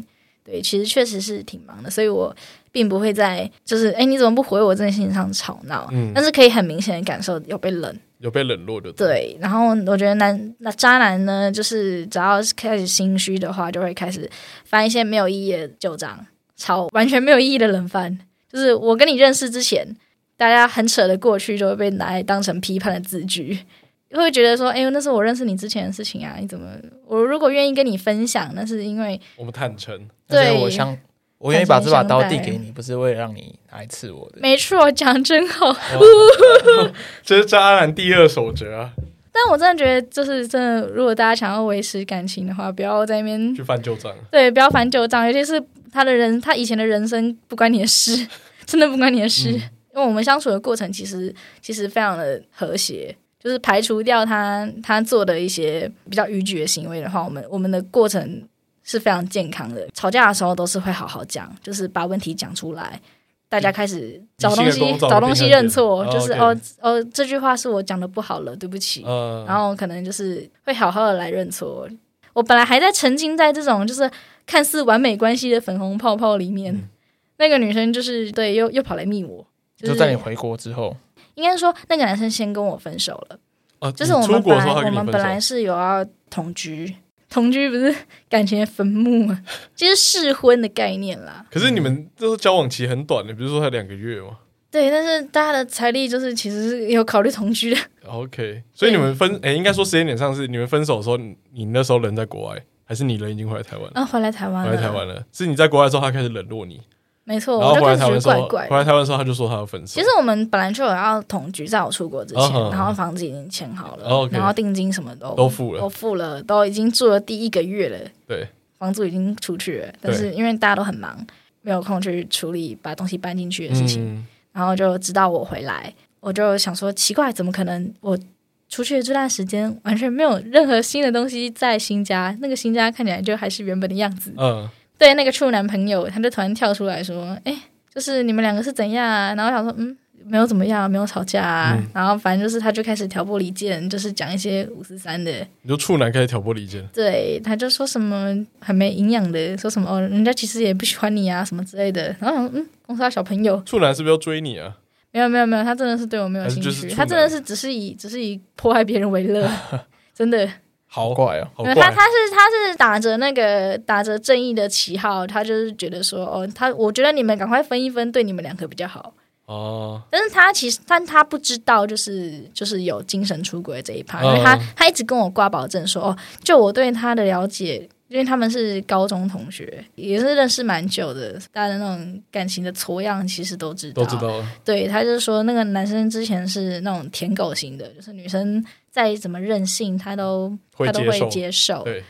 [SPEAKER 3] 对，其实确实是挺忙的，所以我并不会在就是诶、你怎么不回我这件事情上吵闹，
[SPEAKER 2] 嗯
[SPEAKER 3] 但是可以很明显的感受有被冷。
[SPEAKER 2] 有被冷落的。，
[SPEAKER 3] 对，然后我觉得男那渣男呢，就是只要是开始心虚的话，就会开始翻一些没有意义的旧账，吵完全没有意义的冷饭。就是我跟你认识之前，大家很扯的过去就会被拿来当成批判的字句，会觉得说，哎、呦，那是我认识你之前的事情啊，你怎么？我如果愿意跟你分享，那是因为
[SPEAKER 2] 我们坦诚，
[SPEAKER 1] 但是
[SPEAKER 3] 对
[SPEAKER 1] 我相，我愿意把这把刀递
[SPEAKER 3] 坦诚
[SPEAKER 1] 给
[SPEAKER 3] 相
[SPEAKER 1] 你，不是为了让你拿来刺我的。
[SPEAKER 3] 没错，讲真好。
[SPEAKER 2] 哦 这是渣男第二守则啊，
[SPEAKER 3] 但我真的觉得，就是真的，如果大家想要维持感情的话，不要在那边
[SPEAKER 2] 去翻旧账。
[SPEAKER 3] 对，不要翻旧账，尤其是他的人，他以前的人生不关你的事， 真的不关你的
[SPEAKER 2] 嗯
[SPEAKER 3] 事。因为我们相处的过程其实其实非常的和谐，就是排除掉他他做的一些比较逾矩的行为的话，我们我们的过程是非常健康的。吵架的时候都是会好好讲，就是把问题讲出来。大家开始找东
[SPEAKER 2] 理性地
[SPEAKER 3] 西，
[SPEAKER 2] 沟通
[SPEAKER 3] 找东西认错，
[SPEAKER 2] 理性地
[SPEAKER 3] 就是
[SPEAKER 2] 哦
[SPEAKER 3] 哦哦，这句话是我讲的不好了，对不起。
[SPEAKER 2] 嗯，
[SPEAKER 3] 然后可能就是会好好的来认错。我本来还在沉浸在这种就是看似完美关系的粉红泡泡里面，
[SPEAKER 2] 嗯
[SPEAKER 3] 那个女生就是对又又跑来密我，
[SPEAKER 1] 就是在你回国之后，
[SPEAKER 3] 应该说那个男生先跟我分手了，
[SPEAKER 2] 啊
[SPEAKER 3] 就是
[SPEAKER 2] 你
[SPEAKER 3] 我
[SPEAKER 2] 出
[SPEAKER 3] 们
[SPEAKER 2] 国
[SPEAKER 3] 本
[SPEAKER 2] 的时
[SPEAKER 3] 来
[SPEAKER 2] 候还
[SPEAKER 3] 我
[SPEAKER 2] 跟你
[SPEAKER 3] 们
[SPEAKER 2] 分手，
[SPEAKER 3] 本来是有要同居，同居不是感情的坟 墓吗？其实试婚的概念啦。
[SPEAKER 2] 可是你们这时候交往期很短的，比如说才两个月嘛。
[SPEAKER 3] 对，但是大家的财力就是其实是有考虑同居的，
[SPEAKER 2] OK，所以你们分诶，应该说时间点上是你们分手的时候，你你那时候人在国外，还是你人已经回来台湾了？
[SPEAKER 3] 啊然后回来台湾
[SPEAKER 2] 回
[SPEAKER 3] 了，
[SPEAKER 2] 来台湾了，是你在国外的时候，他开始冷落你，
[SPEAKER 3] 没错，
[SPEAKER 2] 然
[SPEAKER 3] 我
[SPEAKER 2] 后
[SPEAKER 3] 就
[SPEAKER 2] 回
[SPEAKER 3] 开
[SPEAKER 2] 来
[SPEAKER 3] 始
[SPEAKER 2] 台
[SPEAKER 3] 觉
[SPEAKER 2] 湾的
[SPEAKER 3] 得
[SPEAKER 2] 时候，
[SPEAKER 3] 怪
[SPEAKER 2] 回
[SPEAKER 3] 怪
[SPEAKER 2] 来
[SPEAKER 3] 的。
[SPEAKER 2] 台湾的时候他就说他要分手。
[SPEAKER 3] 其实我们本来就有要同居，在我出国之前
[SPEAKER 2] 哦
[SPEAKER 3] 然后房子已经签好了
[SPEAKER 2] 哦，OK
[SPEAKER 3] 然后定金什么都
[SPEAKER 2] 都付了
[SPEAKER 3] 都付了，都已经住了第一个月了，
[SPEAKER 2] 对，
[SPEAKER 3] 房租已经出去了，但是因为大家都很忙，没有空去处理把东西搬进去的事情，
[SPEAKER 2] 嗯，
[SPEAKER 3] 然后就直到我回来，我就想说奇怪，怎么可能我？出去的这段时间，完全没有任何新的东西在新家。那个新家看起来就还是原本的样子。
[SPEAKER 2] 嗯，
[SPEAKER 3] 对那个处男朋友，他就突然跳出来说：“哎、就是你们两个是怎样啊？”然后我想说：“嗯，没有怎么样啊，没有吵架啊。
[SPEAKER 2] 嗯
[SPEAKER 3] 然后反正就是他就开始挑拨离间，就是讲一些五十三的，
[SPEAKER 2] 你就处男开始挑拨离间，
[SPEAKER 3] 对，他就说什么很没营养的，说什么哦，人家其实也不喜欢你啊，什么之类的。然后我想嗯，公司的小朋友
[SPEAKER 2] 处男是不是要追你啊？
[SPEAKER 3] 没有没有没有，他真的是对我没有
[SPEAKER 2] 还是啊
[SPEAKER 3] 兴
[SPEAKER 2] 就是
[SPEAKER 3] 趣，
[SPEAKER 2] 处
[SPEAKER 3] 他真的
[SPEAKER 2] 男
[SPEAKER 3] 是只是以只是以破坏别人为 乐，真的。
[SPEAKER 2] 好
[SPEAKER 1] 好怪哦。
[SPEAKER 2] 好
[SPEAKER 3] 因为
[SPEAKER 2] 怪，
[SPEAKER 3] 他他是他是打着那个打着正义的旗号，他就是觉得说，哦，他我觉得你们赶快分一分，对你们两个比较好。
[SPEAKER 2] 哦，
[SPEAKER 3] 但是他其实，但他不知道，就是就是有精神出轨这一趴，
[SPEAKER 2] 嗯
[SPEAKER 3] 因为他他一直跟我挂保证说，哦，就我对他的了解，因为他们是高中同学，也是认识蛮久的，大家的那种感情的挫样其实都知道，
[SPEAKER 2] 都知道了，
[SPEAKER 3] 对，他就说那个男生之前是那种舔狗型的，就是女生再怎么任性，他都
[SPEAKER 2] 会
[SPEAKER 3] 他都
[SPEAKER 2] 接
[SPEAKER 3] 会
[SPEAKER 2] 受，
[SPEAKER 3] 接受。
[SPEAKER 2] 对，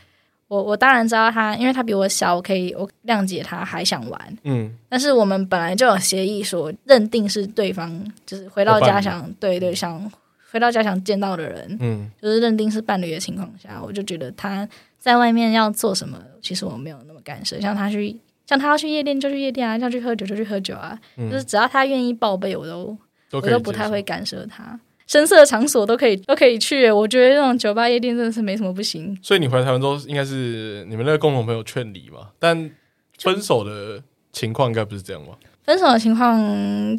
[SPEAKER 3] 我我当然知道他，因为他比我小，我可以我谅解他还想玩。
[SPEAKER 2] 嗯，
[SPEAKER 3] 但是我们本来就有协议说，认定是对方就是回到家想对对想回到家想见到的人，
[SPEAKER 2] 嗯，
[SPEAKER 3] 就是认定是伴侣的情况下，我就觉得他在外面要做什么，其实我没有那么干涉。像他去，像他要去夜店就去夜店啊，要去喝酒就去喝酒啊，
[SPEAKER 2] 嗯
[SPEAKER 3] 就是只要他愿意报备，我都
[SPEAKER 2] 都
[SPEAKER 3] 我
[SPEAKER 2] 可以
[SPEAKER 3] 都不太
[SPEAKER 2] 接受
[SPEAKER 3] 会干涉他。深色场所都可以都可以去，我觉得那种酒吧夜店真的是没什么不行。
[SPEAKER 2] 所以你回来台湾之后，应该是你们那个共同朋友劝离嘛？但分手的情况应该不是这样吧？
[SPEAKER 3] 分手的情况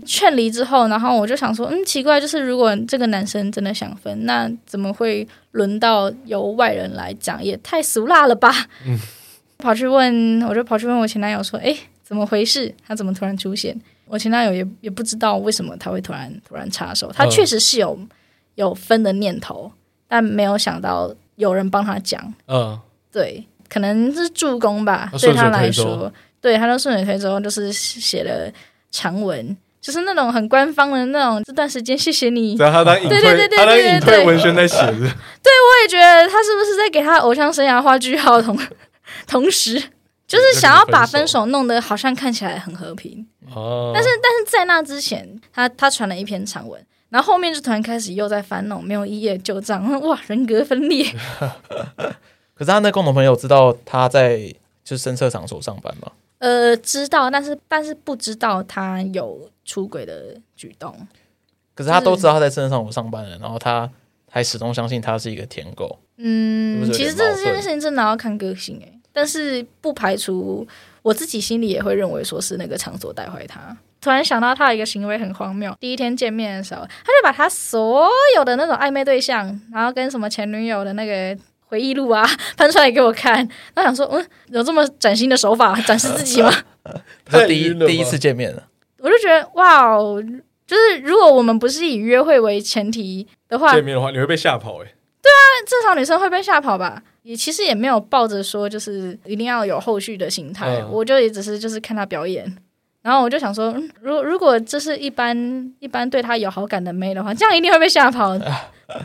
[SPEAKER 3] 劝离之后，然后我就想说，嗯，奇怪，就是如果这个男生真的想分，那怎么会轮到由外人来讲？也太俗辣了吧！
[SPEAKER 2] 嗯
[SPEAKER 3] 跑去问，我就跑去问我前男友说，诶，怎么回事？他怎么突然出现？我前男友也也不知道为什么他会突然突然插手，他
[SPEAKER 2] 嗯
[SPEAKER 3] 确实是有、有分的念头，但没有想到有人帮他讲。
[SPEAKER 2] 嗯，
[SPEAKER 3] 对，可能是助攻吧，
[SPEAKER 2] 啊
[SPEAKER 3] 对
[SPEAKER 2] 顺
[SPEAKER 3] 他
[SPEAKER 2] 水推
[SPEAKER 3] 来
[SPEAKER 2] 舟
[SPEAKER 3] 说，对他就顺水推舟，就是写了长文，就是那种很官方的那种。这段时间谢谢你，
[SPEAKER 2] 对啊，他当隐退，
[SPEAKER 3] 对对对对
[SPEAKER 2] 他当
[SPEAKER 3] 对对
[SPEAKER 2] 隐退
[SPEAKER 3] 对
[SPEAKER 2] 文宣在写着，
[SPEAKER 3] 我也觉得他是不是在给他偶像生涯画句号同 同时，就是想要把分手弄得好像看起来很和平。
[SPEAKER 2] 哦，
[SPEAKER 3] 但是但是在那之前，他他传了一篇长文。然后后面就突然开始又在翻那种没有意义的旧账，哇，人格分裂，
[SPEAKER 1] 可是他那共同朋友知道他在就是深色场所上班嘛？
[SPEAKER 3] 呃，知道，但是但是不知道他有出轨的举动，
[SPEAKER 1] 可是他
[SPEAKER 3] 嗯
[SPEAKER 1] 都知道他在深色场所上班了，然后他还始终相信他是一个舔狗。
[SPEAKER 3] 嗯
[SPEAKER 1] 是，不是
[SPEAKER 3] 其
[SPEAKER 1] 有
[SPEAKER 3] 实
[SPEAKER 1] 点
[SPEAKER 3] 这
[SPEAKER 1] 矛
[SPEAKER 3] 件
[SPEAKER 1] 盾
[SPEAKER 3] 事情真的要看个性哎、但是不排除我自己心里也会认为说是那个场所带坏他。突然想到他有一个行为很荒谬，第一天见面的时候，他就把他所有的那种暧昧对象，然后跟什么前女友的那个回忆录啊翻出来给我看，然后想说，嗯，有这么崭新的手法展示自己吗？
[SPEAKER 1] 这第一
[SPEAKER 2] 晕了吧
[SPEAKER 1] 第一次见面了，
[SPEAKER 3] 我就觉得哇哦，就是如果我们不是以约会为前提的话，
[SPEAKER 2] 见面的话，你会被吓跑哎、
[SPEAKER 3] 正常女生会被吓跑吧？也其实也没有抱着说就是一定要有后续的心态，
[SPEAKER 2] 嗯
[SPEAKER 3] 我就也只是就是看她表演。然后我就想说，嗯如如果这是一般一般对她有好感的妹的话，这样一定会被 吓跑，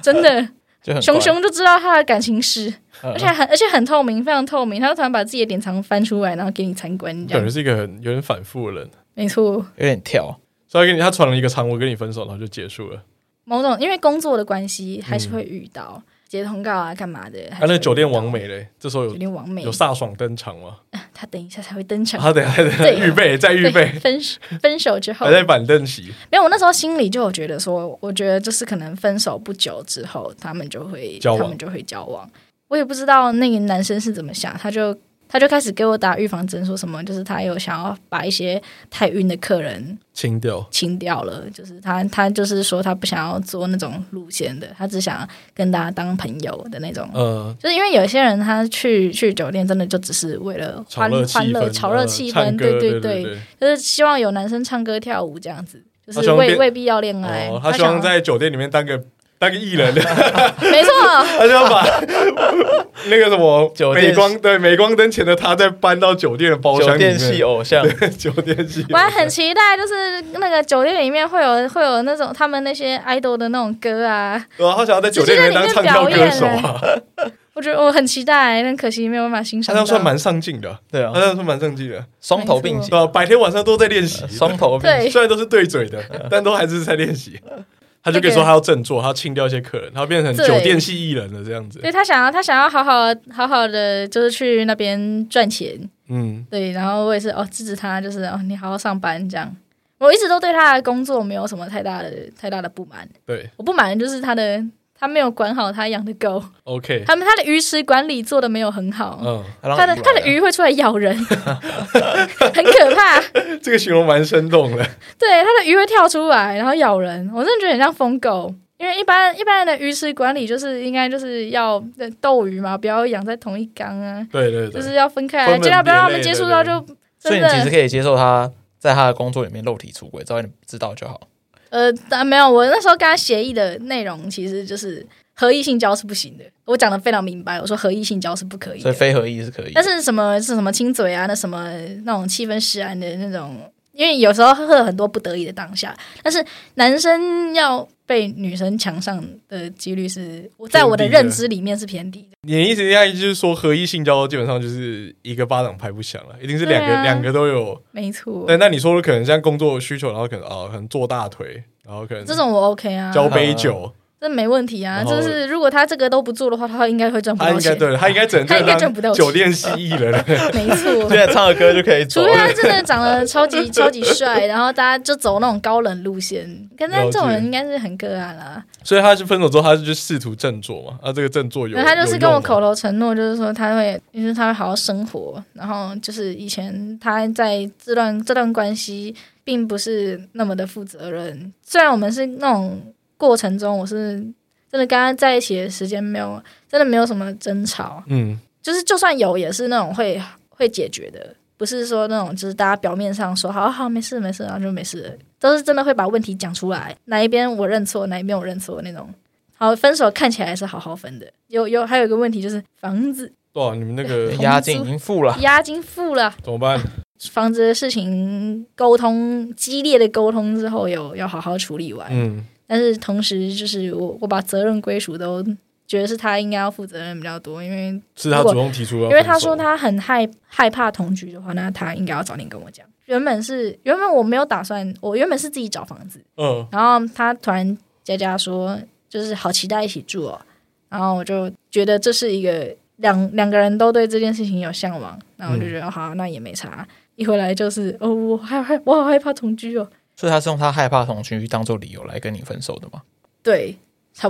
[SPEAKER 3] 真的，
[SPEAKER 1] 就很
[SPEAKER 3] 熊
[SPEAKER 1] 快，
[SPEAKER 3] 熊就知道她的感情史，
[SPEAKER 1] 嗯
[SPEAKER 3] 而且很而且很透明，非常透明。她就突然把自己的典藏翻出来，然后给你参观，这
[SPEAKER 2] 感
[SPEAKER 3] 样
[SPEAKER 2] 觉是一个很有点反复的人。
[SPEAKER 3] 没错。
[SPEAKER 1] 有点跳，
[SPEAKER 2] 所以他跟你他传了一个长文跟你分手，然后就结束了。
[SPEAKER 3] 某种因为工作的关系，还是会遇到、截通告啊、干嘛的。
[SPEAKER 2] 嗯啊，那酒店王
[SPEAKER 3] 美，
[SPEAKER 2] 美嘞，这时候
[SPEAKER 3] 酒
[SPEAKER 2] 有
[SPEAKER 3] 店王美
[SPEAKER 2] 有，飒爽登场 吗？
[SPEAKER 3] 他等一下才会登 场。
[SPEAKER 2] 啊，等一下等一下，
[SPEAKER 3] 对
[SPEAKER 2] 预备再预备
[SPEAKER 3] 对，分手分手之后
[SPEAKER 2] 还，在板凳席。
[SPEAKER 3] 没有，我那时候心里就有觉得说，我觉得就是可能分手不久之后，他们就会
[SPEAKER 2] 交往
[SPEAKER 3] 他们就会交往。我也不知道那个男生是怎么想，他就他就开始给我打预防针，说什么就是他有想要把一些太晕的客人
[SPEAKER 2] 清掉，
[SPEAKER 3] 清掉了，就是他他就是说他不想要做那种路线的，他只想跟大家当朋友的那种。
[SPEAKER 2] 呃，
[SPEAKER 3] 就是因为有些人他去去酒店，真的就只是为了
[SPEAKER 2] 炒
[SPEAKER 3] 欢
[SPEAKER 2] 热气
[SPEAKER 3] 欢乐、
[SPEAKER 2] 氛，
[SPEAKER 3] 炒热
[SPEAKER 2] 呃
[SPEAKER 3] 气
[SPEAKER 2] 唱
[SPEAKER 3] 氛，
[SPEAKER 2] 歌
[SPEAKER 3] 对
[SPEAKER 2] 对
[SPEAKER 3] 对，
[SPEAKER 2] 对。
[SPEAKER 3] 就是希望有男生唱歌跳舞这样子，就
[SPEAKER 2] 他
[SPEAKER 3] 是
[SPEAKER 2] 希望
[SPEAKER 3] 未
[SPEAKER 2] 变
[SPEAKER 3] 未必要恋爱。
[SPEAKER 2] 哦，他希
[SPEAKER 3] 哎想
[SPEAKER 2] 望在酒店里面当个当个艺人，
[SPEAKER 3] 没 错，
[SPEAKER 2] 他就要把那个什么
[SPEAKER 1] 酒店
[SPEAKER 2] 镁光对镁光灯前的他再搬到酒店的包厢
[SPEAKER 1] 酒
[SPEAKER 2] 里面
[SPEAKER 1] 店哦系偶像，
[SPEAKER 2] 酒店系，
[SPEAKER 3] 我还很期待，就是那个酒店里面会有会有那种他们那些 idol 的那种歌啊，
[SPEAKER 2] 对啊，他想要在酒店里面当唱跳歌手
[SPEAKER 3] 直接在里面
[SPEAKER 2] 啊，
[SPEAKER 3] 我觉得我很期待，但可惜没有办法欣
[SPEAKER 2] 他
[SPEAKER 3] 赏
[SPEAKER 2] 这
[SPEAKER 3] 到。
[SPEAKER 2] 样算蛮上进的啊，
[SPEAKER 1] 对
[SPEAKER 2] 他
[SPEAKER 1] 啊
[SPEAKER 2] 这，样算蛮上进的，
[SPEAKER 1] 双头并
[SPEAKER 2] 对
[SPEAKER 1] 进，
[SPEAKER 2] 吧？白天晚上都在练习，
[SPEAKER 1] 双头并
[SPEAKER 3] 对
[SPEAKER 2] 虽然都是对嘴的，但都还是在练习。他就可以说他要振作，他要清掉一些客人，他要变成
[SPEAKER 3] 对
[SPEAKER 2] 酒店系艺人了这样子。
[SPEAKER 3] 对他想要他想要好好好好的就是去那边赚钱，
[SPEAKER 2] 嗯，
[SPEAKER 3] 对，然后我也是哦，制止他，就是哦，你好好上班这样。我一直都对他的工作没有什么太大的太大的不满，
[SPEAKER 2] 对
[SPEAKER 3] 我不满的就是他的他没有管好他养的狗，
[SPEAKER 2] ，OK，
[SPEAKER 3] 他们他的鱼池管理做的没有很好，
[SPEAKER 2] 嗯，
[SPEAKER 1] 他让
[SPEAKER 3] 他的
[SPEAKER 1] 你
[SPEAKER 3] 他的
[SPEAKER 1] 来啊
[SPEAKER 3] 鱼会出来咬人， 很可怕。
[SPEAKER 2] 嗯这个形容蛮生动的。
[SPEAKER 3] 对，他的鱼会跳出来，然后咬人，我真的觉得很像疯狗。因为一般一般人的鱼池管理就是应该就是要呃斗鱼嘛，不要养在同一缸啊，
[SPEAKER 2] 对对
[SPEAKER 3] 就
[SPEAKER 2] 对，
[SPEAKER 3] 是要分开
[SPEAKER 2] 分
[SPEAKER 3] 来，
[SPEAKER 2] 门
[SPEAKER 3] 尽量不要让他
[SPEAKER 2] 别
[SPEAKER 3] 们
[SPEAKER 2] 类
[SPEAKER 3] 接
[SPEAKER 2] 对
[SPEAKER 3] 触
[SPEAKER 2] 对
[SPEAKER 3] 到
[SPEAKER 2] 对
[SPEAKER 3] 就
[SPEAKER 1] 所以
[SPEAKER 3] 真
[SPEAKER 1] 你
[SPEAKER 3] 的。
[SPEAKER 1] 其实可以接受他在他的工作里面肉体出轨，只要你知道就好。
[SPEAKER 3] 呃，但没有，我那时候跟他协议的内容其实就是合意性交是不行的，我讲的非常明白，我说合意性交是不可以
[SPEAKER 1] 所以
[SPEAKER 3] 的。
[SPEAKER 1] 非合意是可以的，
[SPEAKER 3] 但是什么是什么亲嘴啊，那什么那种气氛使然的那种，因为有时候会有很多不得已的当下，但是男生要被女生强上的几率是，我在我的
[SPEAKER 2] 偏低的
[SPEAKER 3] 认知里面是偏低的。
[SPEAKER 2] 你的意思应该就是说，合一性交基本上就是一个巴掌拍不响了，一定是两个
[SPEAKER 3] 对啊
[SPEAKER 2] 两个都有。
[SPEAKER 3] 没错，
[SPEAKER 2] 但那你说的可能像工作需求，然后可能啊，可能做大腿，然后可能嗯
[SPEAKER 3] 这种我 OK 啊，
[SPEAKER 2] 交杯酒，
[SPEAKER 3] 这没问题啊。
[SPEAKER 2] 然后
[SPEAKER 3] 就是如果他这个都不做的话，他应该会赚不
[SPEAKER 2] 他
[SPEAKER 3] 到
[SPEAKER 2] 应该
[SPEAKER 3] 钱。
[SPEAKER 2] 对， 他应该只能
[SPEAKER 3] 他应该
[SPEAKER 2] 当
[SPEAKER 3] 赚不到钱
[SPEAKER 2] 酒店系艺人。
[SPEAKER 3] 没 错，
[SPEAKER 1] 现在唱个歌就可以走
[SPEAKER 3] 除非。他真的长得超级超级帅，然后大家就走那种高冷路线，但
[SPEAKER 2] 了
[SPEAKER 3] 是
[SPEAKER 2] 解
[SPEAKER 3] 这种人应该是很个案啦。
[SPEAKER 2] 所以他是分手之后，他是去试图振作嘛？啊，这个振作有，
[SPEAKER 3] 然后他就是
[SPEAKER 2] 有用
[SPEAKER 3] 跟我
[SPEAKER 2] 吗
[SPEAKER 3] 口头承诺，就是说他会，就是他会好好生活。然后就是以前他在这段这段关系并不是那么的负责任，虽然我们是那种过程中，我是真的跟他在一起的时间没有，真的没有什么争吵，
[SPEAKER 2] 嗯，
[SPEAKER 3] 就是就算有，也是那种会会解决的，不是说那种就是大家表面上说好好没事没事，然后就没事了，都是真的会把问题讲出来，哪一边我认错，哪一边我认错那种。好，分手看起来是好好分的，有有还有一个问题就是房子
[SPEAKER 2] 对啊，你们那个
[SPEAKER 3] 对
[SPEAKER 1] 押金已经付了，
[SPEAKER 3] 押金付了，
[SPEAKER 2] 怎么办？
[SPEAKER 3] 房子的事情沟通激烈的沟通之后有要好好处理完，
[SPEAKER 2] 嗯，
[SPEAKER 3] 但是同时就是我我把责任归属都觉得是他应该要负责任比较多，因为
[SPEAKER 2] 是他主动提出要分手，
[SPEAKER 3] 因为他说他很害害怕同居的话，那他应该要早点跟我讲。原本是原本我没有打算，我原本是自己找房子，
[SPEAKER 2] 嗯，
[SPEAKER 3] 然后他突然佳佳说，就是好期待一起住哦，然后我就觉得这是一个两两个人都对这件事情有向往，那
[SPEAKER 2] 嗯
[SPEAKER 3] 我就觉得、好，啊那也没差。一回来就是哦，我害害我好害怕同居哦，
[SPEAKER 1] 所以他是用他害怕同居当做理由来跟你分手的嘛？
[SPEAKER 3] 对，差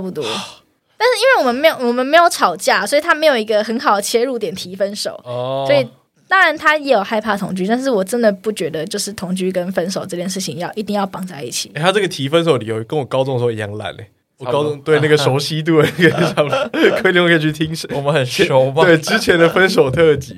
[SPEAKER 3] 不多。但是因为我们没有我们没有吵架，所以他没有一个很好的切入点提分手。
[SPEAKER 2] 哦，
[SPEAKER 3] 所以当然他也有害怕同居，但是我真的不觉得就是同居跟分手这件事情要一定要绑在一起。
[SPEAKER 2] 欸他这个提分手理由跟我高中的时候一样烂嘞、我
[SPEAKER 1] 差不
[SPEAKER 2] 高
[SPEAKER 1] 多
[SPEAKER 2] 中对那个熟悉 度的那个差不多，观众可以去听是
[SPEAKER 1] 我们很熟吗？
[SPEAKER 2] 对之前的分手特辑，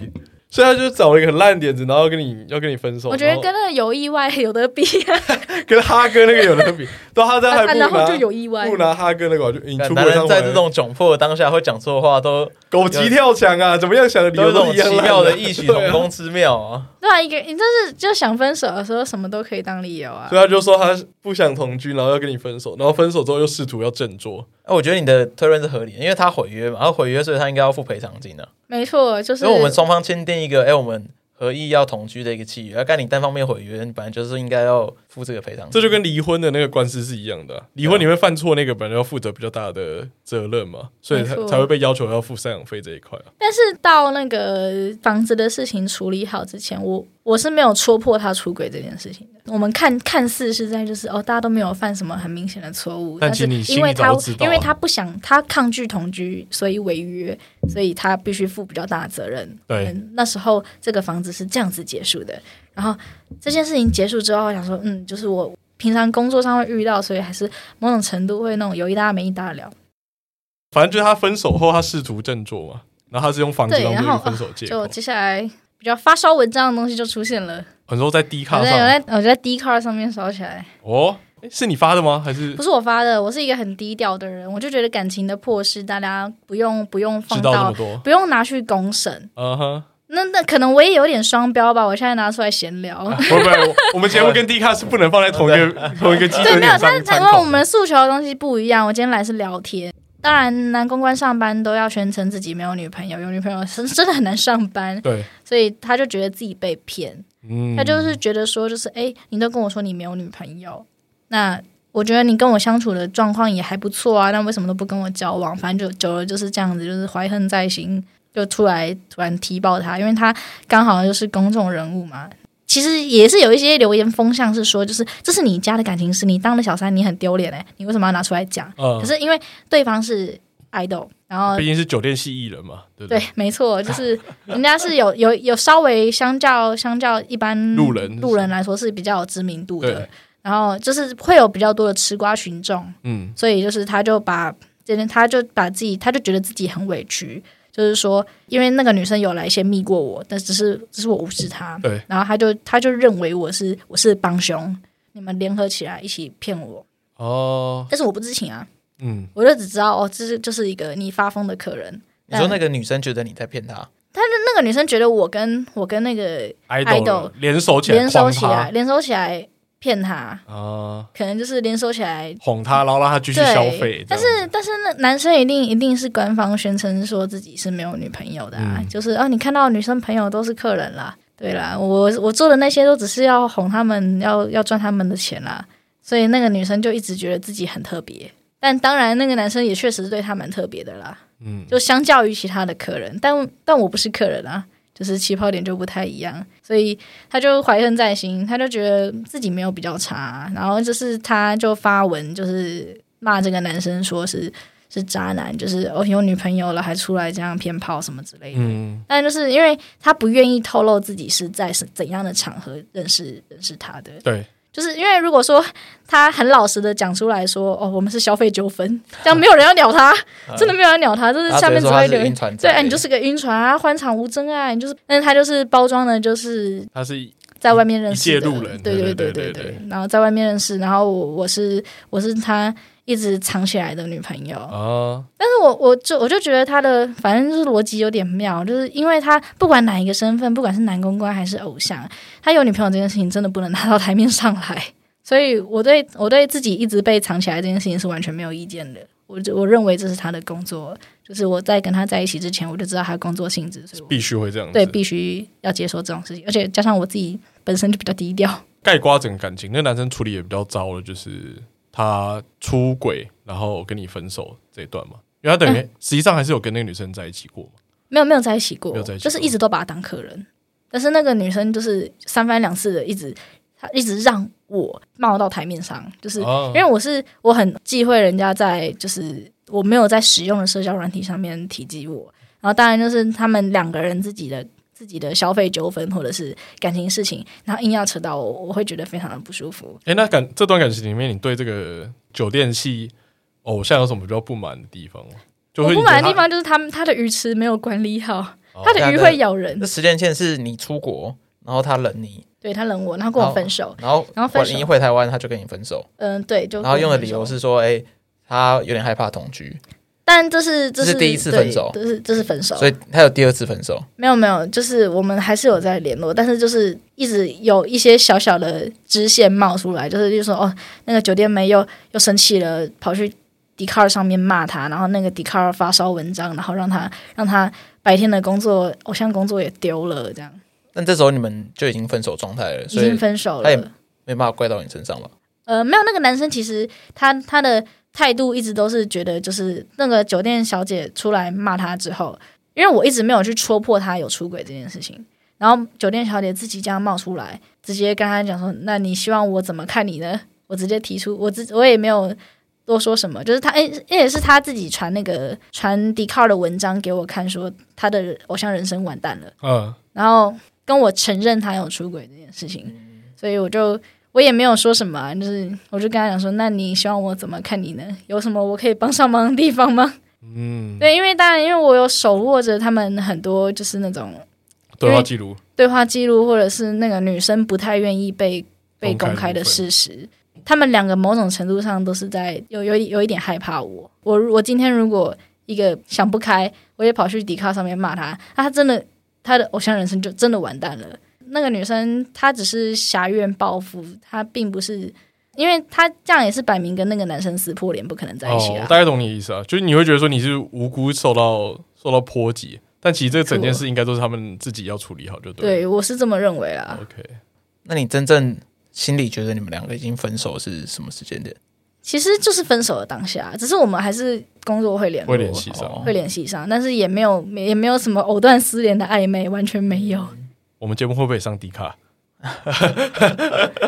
[SPEAKER 2] 所以他就找了一个很烂的点子，然后跟你要跟你分手。
[SPEAKER 3] 我觉得
[SPEAKER 2] 然后
[SPEAKER 3] 跟那个有意外有得比、啊，
[SPEAKER 2] 跟哈哥那个有的比，都哈在还不拿，啊
[SPEAKER 3] 然后就有意外
[SPEAKER 2] 不。拿哈哥那个我就你出
[SPEAKER 1] 男
[SPEAKER 2] 轨上
[SPEAKER 1] 人在这种窘迫的当下会讲错话，都
[SPEAKER 2] 狗急跳墙啊，怎么样想的理
[SPEAKER 1] 都有
[SPEAKER 2] 由
[SPEAKER 1] 这
[SPEAKER 2] 都
[SPEAKER 1] 种
[SPEAKER 2] 一样
[SPEAKER 1] 奇
[SPEAKER 2] 烂啊
[SPEAKER 1] 妙
[SPEAKER 2] 的
[SPEAKER 1] 的异曲同工之妙啊！
[SPEAKER 3] 对啊，一个你就是就想分手的时候，什么都可以当理由啊
[SPEAKER 2] 所。以他就说他不想同居，然后要跟你分手，然后分手之后又试图要振作，
[SPEAKER 1] 哎，我觉得你的推论是合理的，因为他毁约嘛，他毁约，所以他应该要付赔偿金的、啊。
[SPEAKER 3] 没错，就是
[SPEAKER 1] 所以我们双方签订一个，哎、我们合意要同居的一个契约，要干你单方面毁约，你本来就是应该要付这个赔偿金。
[SPEAKER 2] 这就跟离婚的那个官司是一样的啊、离婚你会犯错，那个本来要负责比较大的责任嘛，所以
[SPEAKER 3] 没
[SPEAKER 2] 才
[SPEAKER 3] 错
[SPEAKER 2] 才会被要求要付赡养费这一块啊。
[SPEAKER 3] 但是到那个房子的事情处理好之前，我我是没有戳破他出轨这件事情的。我们看看似是在就是哦，大家都没有犯什么很明显的错误，
[SPEAKER 2] 但
[SPEAKER 3] 但
[SPEAKER 2] 其实
[SPEAKER 3] 是
[SPEAKER 2] 你
[SPEAKER 3] 因
[SPEAKER 2] 心
[SPEAKER 3] 为
[SPEAKER 2] 里
[SPEAKER 3] 他
[SPEAKER 2] 早就知道啊
[SPEAKER 3] 因为他不想他抗拒同居，所以违约，所以他必须负比较大的责任。
[SPEAKER 2] 对
[SPEAKER 3] 嗯，那时候这个房子是这样子结束的。然后这件事情结束之后，我想说，嗯，就是我平常工作上会遇到，所以还是某种程度会那种有一搭没一搭的聊。
[SPEAKER 2] 反正就是他分手后，他试图振作嘛，然后他是用房子
[SPEAKER 3] 对，
[SPEAKER 2] 当
[SPEAKER 3] 然
[SPEAKER 2] 做一
[SPEAKER 3] 后啊
[SPEAKER 2] 个分手借口
[SPEAKER 3] 就，接下来比较发烧文章的东西就出现了。
[SPEAKER 2] 很多在低
[SPEAKER 3] 我
[SPEAKER 2] 卡
[SPEAKER 3] 在我
[SPEAKER 2] 上啊
[SPEAKER 3] 在我在 d c a r 上面烧起来，
[SPEAKER 2] 哦，诶是你发的吗？还是
[SPEAKER 3] 不是我发的，我是一个很低调的人，我就觉得感情的破事大家不用不用
[SPEAKER 2] 知
[SPEAKER 3] 放
[SPEAKER 2] 道那么
[SPEAKER 3] 到
[SPEAKER 2] 多？
[SPEAKER 3] 不用拿去公审。
[SPEAKER 2] 嗯哼，
[SPEAKER 3] 那那可能我也有点双标吧，我现在拿出来闲聊。
[SPEAKER 2] 不不，我我们节目跟 D 卡是不能放在同一个同一个基
[SPEAKER 3] 对，
[SPEAKER 2] 准
[SPEAKER 3] 没
[SPEAKER 2] 点，
[SPEAKER 3] 有但
[SPEAKER 2] 上
[SPEAKER 3] 是因
[SPEAKER 2] 参
[SPEAKER 3] 为我
[SPEAKER 2] 考。
[SPEAKER 3] 们诉求的东西不一样，我今天来是聊天。当然，男公关上班都要宣称自己没有女朋友，有女朋友是真的很难上班，
[SPEAKER 2] 对，
[SPEAKER 3] 所以他就觉得自己被骗。
[SPEAKER 2] 嗯
[SPEAKER 3] 他就是觉得说，就是哎、诶你都跟我说你没有女朋友，那我觉得你跟我相处的状况也还不错啊，那为什么都不跟我交往？反正就久了就是这样子，就是怀恨在心，就出来突然踢爆他，因为他刚好就是公众人物嘛。其实也是有一些流言风向是说，就是这是你家的感情事，你当了小三，你很丢脸哎，你为什么要拿出来讲？
[SPEAKER 2] 嗯
[SPEAKER 3] 可，是因呃为对方是 idol，然后
[SPEAKER 2] 毕竟是酒店系艺人嘛，对不
[SPEAKER 3] 对？，没错， 就是人家是有有有稍微相较相较一般
[SPEAKER 2] 路人
[SPEAKER 3] 路人来说是比较有知名度的
[SPEAKER 2] 对，
[SPEAKER 3] 然后就是会有比较多的吃瓜群众，
[SPEAKER 2] 嗯，
[SPEAKER 3] 所以就是他就把这件他就把自己他就觉得自己很委屈，就是说因为那个女生有来先密过我，但只是只是我无视她，
[SPEAKER 2] 对，
[SPEAKER 3] 然后他就他就认为我是我是帮凶，你们联合起来一起骗我，
[SPEAKER 2] 哦，
[SPEAKER 3] 但是我不知情啊，
[SPEAKER 2] 嗯，
[SPEAKER 3] 我就只知道哦，这是就是一个你发疯的客人。
[SPEAKER 1] 你说那个女生觉得你在骗她，
[SPEAKER 3] 那个女生觉得我跟我跟那个
[SPEAKER 2] idol 联手起来，
[SPEAKER 3] 联手起来，联手起来骗他，
[SPEAKER 2] 啊，哦
[SPEAKER 3] 可能就是联手起来
[SPEAKER 2] 哄他，然后让他继续消费
[SPEAKER 3] 对。。但
[SPEAKER 2] 这样
[SPEAKER 3] 是但是那男生一定一定是官方宣称说自己是没有女朋友的啊，
[SPEAKER 2] 嗯
[SPEAKER 3] 就是啊，你看到女生朋友都是客人啦，对啦，我我做的那些都只是要哄他们，要要赚他们的钱啦，所以那个女生就一直觉得自己很特别。但当然，那个男生也确实对她蛮特别的啦。
[SPEAKER 2] 嗯，
[SPEAKER 3] 就相较于其他的客人，但但我不是客人啊，就是起跑点就不太一样，所以他就怀恨在心，他就觉得自己没有比较差，然后就是他就发文就是骂这个男生说是是渣男，就是哦有女朋友了还出来这样骗炮什么之类的。
[SPEAKER 2] 嗯，
[SPEAKER 3] 但就是因为他不愿意透露自己是在是怎样的场合认识认识他的，
[SPEAKER 2] 对，
[SPEAKER 3] 就是因为如果说他很老实的讲出来说，哦，我们是消费纠纷，这样没有人要鸟他，
[SPEAKER 2] 呃
[SPEAKER 3] 真的没有人要鸟他，就是
[SPEAKER 1] 她
[SPEAKER 3] 嗯下
[SPEAKER 1] 只
[SPEAKER 3] 面
[SPEAKER 1] 是
[SPEAKER 3] 只
[SPEAKER 1] 说她
[SPEAKER 3] 会
[SPEAKER 1] 是
[SPEAKER 3] 留
[SPEAKER 1] 晕
[SPEAKER 3] 言。
[SPEAKER 1] 船仔
[SPEAKER 3] 对，哎，你就是个晕船啊，欢场无真爱，你就是，但是他就是包装的，就是
[SPEAKER 2] 他是
[SPEAKER 3] 在外面认识的
[SPEAKER 2] 一介路人
[SPEAKER 3] 对
[SPEAKER 2] 对对
[SPEAKER 3] 对
[SPEAKER 2] 对对
[SPEAKER 3] 对，然后在外面认识，然后我我是我是他一直藏起来的女朋友，
[SPEAKER 2] 啊，
[SPEAKER 3] 但是我我就我就觉得他的反正就是逻辑有点妙，就是因为他不管哪一个身份，不管是男公关还是偶像，他有女朋友这件事情真的不能拿到台面上来。所以我对我对自己一直被藏起来这件事情是完全没有意见的。我就我认为这是他的工作，就是我在跟他在一起之前，我就知道他工作性质，所以我
[SPEAKER 2] 必须会这样子。
[SPEAKER 3] 对必须要接受这种事情，而且加上我自己本身就比较低调，
[SPEAKER 2] 盖瓜整个感情，那男生处理也比较糟了，就是他出轨，然后跟你分手这一段嘛，因为他等于
[SPEAKER 3] 嗯
[SPEAKER 2] 实际上还是有跟那个女生在一起过嘛。
[SPEAKER 3] 没有没有在一起过，
[SPEAKER 2] 没有在一起
[SPEAKER 3] 就
[SPEAKER 2] 过
[SPEAKER 3] 是一直都把他当客人。但是那个女生就是三番两次的一直，她一直让我冒到台面上，就是、
[SPEAKER 2] 啊
[SPEAKER 3] 因为我是我很忌讳人家在就是我没有在使用的社交软体上面提及我，然后当然就是他们两个人自己的。自己的消费纠纷或者是感情事情，然后硬要扯到我，我会觉得非常的不舒服。
[SPEAKER 2] 哎、那感这段感情里面，你对这个酒店系偶像有什么比较不满的地方吗？就
[SPEAKER 3] 我
[SPEAKER 2] 会
[SPEAKER 3] 不
[SPEAKER 2] 你觉得
[SPEAKER 3] 满的地
[SPEAKER 2] 他
[SPEAKER 3] 方就是他们他的鱼池没有管理好，
[SPEAKER 2] 哦
[SPEAKER 3] 他的鱼
[SPEAKER 1] 对啊
[SPEAKER 3] 会咬人
[SPEAKER 1] 那，时间线是你出国，然后他冷你，
[SPEAKER 3] 对他冷我，然后跟我分手，
[SPEAKER 1] 然后
[SPEAKER 3] 然后分手
[SPEAKER 1] 你一回台湾他就跟你分手，
[SPEAKER 3] 嗯，对，就
[SPEAKER 1] 然后用的
[SPEAKER 3] 跟我分
[SPEAKER 1] 理
[SPEAKER 3] 手
[SPEAKER 1] 由，是说，哎、他有点害怕同居，
[SPEAKER 3] 但这是
[SPEAKER 1] 这
[SPEAKER 3] 是
[SPEAKER 1] 是第一次分手
[SPEAKER 3] 对这是这是分手，
[SPEAKER 1] 所以他有第二次分手。
[SPEAKER 3] 没有没有，就是我们还是有在联络，但是就是一直有一些小小的支线冒出来，就是就说哦，那个酒店妹又又生气了，跑去 d c a r 上面骂他，然后那个 d c a r 发烧文章，然后让他让他白天的工作偶像工作也丢了，这样
[SPEAKER 1] 但这时候你们就已经分手状态了，
[SPEAKER 3] 已
[SPEAKER 1] 所以
[SPEAKER 3] 经分手
[SPEAKER 1] 他也
[SPEAKER 3] 了。
[SPEAKER 1] 没办法怪到你身上吧？
[SPEAKER 3] 呃，没有那个男生，其实他他的态度一直都是觉得，就是那个酒店小姐出来骂他之后，因为我一直没有去戳破他有出轨这件事情，然后酒店小姐自己这样冒出来，直接跟他讲说：“那你希望我怎么看你呢？”我直接提出，我自我也没有多说什么，就是他，哎、也是他自己传那个传 d c a r 的文章给我看，说他的偶像人生完蛋了。
[SPEAKER 2] 嗯，
[SPEAKER 3] 然后跟我承认他有出轨这件事情，所以我就我也没有说什么、啊，就是我就跟他讲说，那你希望我怎么看你呢？有什么我可以帮上忙的地方吗？嗯，对，因为当然，因为我有手握着他们很多就是那种
[SPEAKER 2] 对话记录，
[SPEAKER 3] 对话记录，或者是那个女生不太愿意被被公开的事实。他们两个某种程度上都是在有有有一点害怕我。我如我今天如果一个想不开，我也跑去迪卡上面骂他，那他真的他的偶像人生就真的完蛋了。那个女生她只是狭怨报复，她并不是，因为她这样也是摆明跟那个男生撕破脸，不可能在一起
[SPEAKER 2] 哦
[SPEAKER 3] 啦。
[SPEAKER 2] 我大概懂你的意思啊，就是你会觉得说你是无辜受到受到波及，但其实这整件事应该都是他们自己要处理好，就对了。
[SPEAKER 3] 对，我是这么认为啦。
[SPEAKER 2] OK，
[SPEAKER 1] 那你真正心里觉得你们两个已经分手是什么时间点？
[SPEAKER 3] 其实就是分手的当下，只是我们还是工作会联络，
[SPEAKER 2] 会联系上。
[SPEAKER 1] 哦
[SPEAKER 3] 会联系上，但是也没有没也没有什么藕断丝连的暧昧，完全没有。
[SPEAKER 2] 我们节目会不会上迪卡？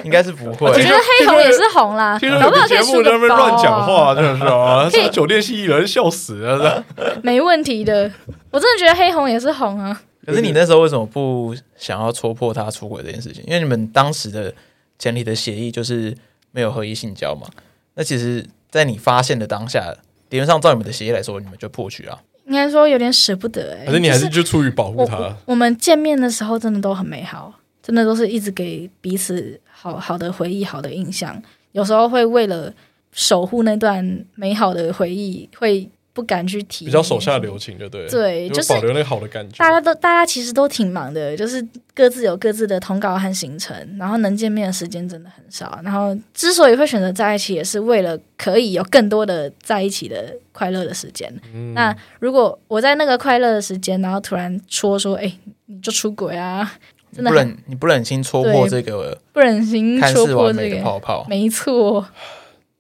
[SPEAKER 1] 应该是不会
[SPEAKER 3] 我。觉得黑红也是红啦，
[SPEAKER 2] 听说有
[SPEAKER 3] 搞不
[SPEAKER 2] 个
[SPEAKER 3] 好可
[SPEAKER 2] 节
[SPEAKER 3] 以
[SPEAKER 2] 目
[SPEAKER 3] 出
[SPEAKER 2] 在那
[SPEAKER 3] 个
[SPEAKER 2] 边
[SPEAKER 3] 包、
[SPEAKER 2] 乱讲
[SPEAKER 3] 啊，
[SPEAKER 2] 话，真的是啊，
[SPEAKER 3] 可以
[SPEAKER 2] 什么酒店系艺人笑死 了，
[SPEAKER 3] 没问题的。我真的觉得黑红也是红啊，
[SPEAKER 1] 可是你那时候为什么不想要戳破他出轨这件事情？因为你们当时的前提的协议就是没有合意性交嘛。那其实，在你发现的当下，理论上照你们的协议来说，你们就破局啊了。
[SPEAKER 3] 应该说有点舍不得哎、
[SPEAKER 2] 反正你还是就
[SPEAKER 3] 就
[SPEAKER 2] 出于保
[SPEAKER 3] 我
[SPEAKER 2] 护
[SPEAKER 3] 我
[SPEAKER 2] 他，
[SPEAKER 3] 我们见面的时候真的都很美好，真的都是一直给彼此好好的回忆、好的印象。有时候会为了守护那段美好的回忆，会不敢去提，
[SPEAKER 2] 比较手下留情，就对了。
[SPEAKER 3] 对就是
[SPEAKER 2] 保留那个好的感觉。
[SPEAKER 3] 大家都大家其实都挺忙的，就是各自有各自的通告和行程，然后能见面的时间真的很少。然后之所以会选择在一起，也是为了可以有更多的在一起的快乐的时间。
[SPEAKER 1] 嗯
[SPEAKER 2] 嗯
[SPEAKER 3] 那如果我在那个快乐的时间，然后突然说说，哎、你就出轨啊，真的
[SPEAKER 1] 不
[SPEAKER 3] 很
[SPEAKER 1] 忍，你不忍心戳破这个
[SPEAKER 3] 不忍心
[SPEAKER 1] 看
[SPEAKER 3] 戳
[SPEAKER 1] 似
[SPEAKER 3] 破
[SPEAKER 1] 完
[SPEAKER 3] 这
[SPEAKER 1] 美的
[SPEAKER 3] 个，
[SPEAKER 1] 泡泡。
[SPEAKER 3] 没错。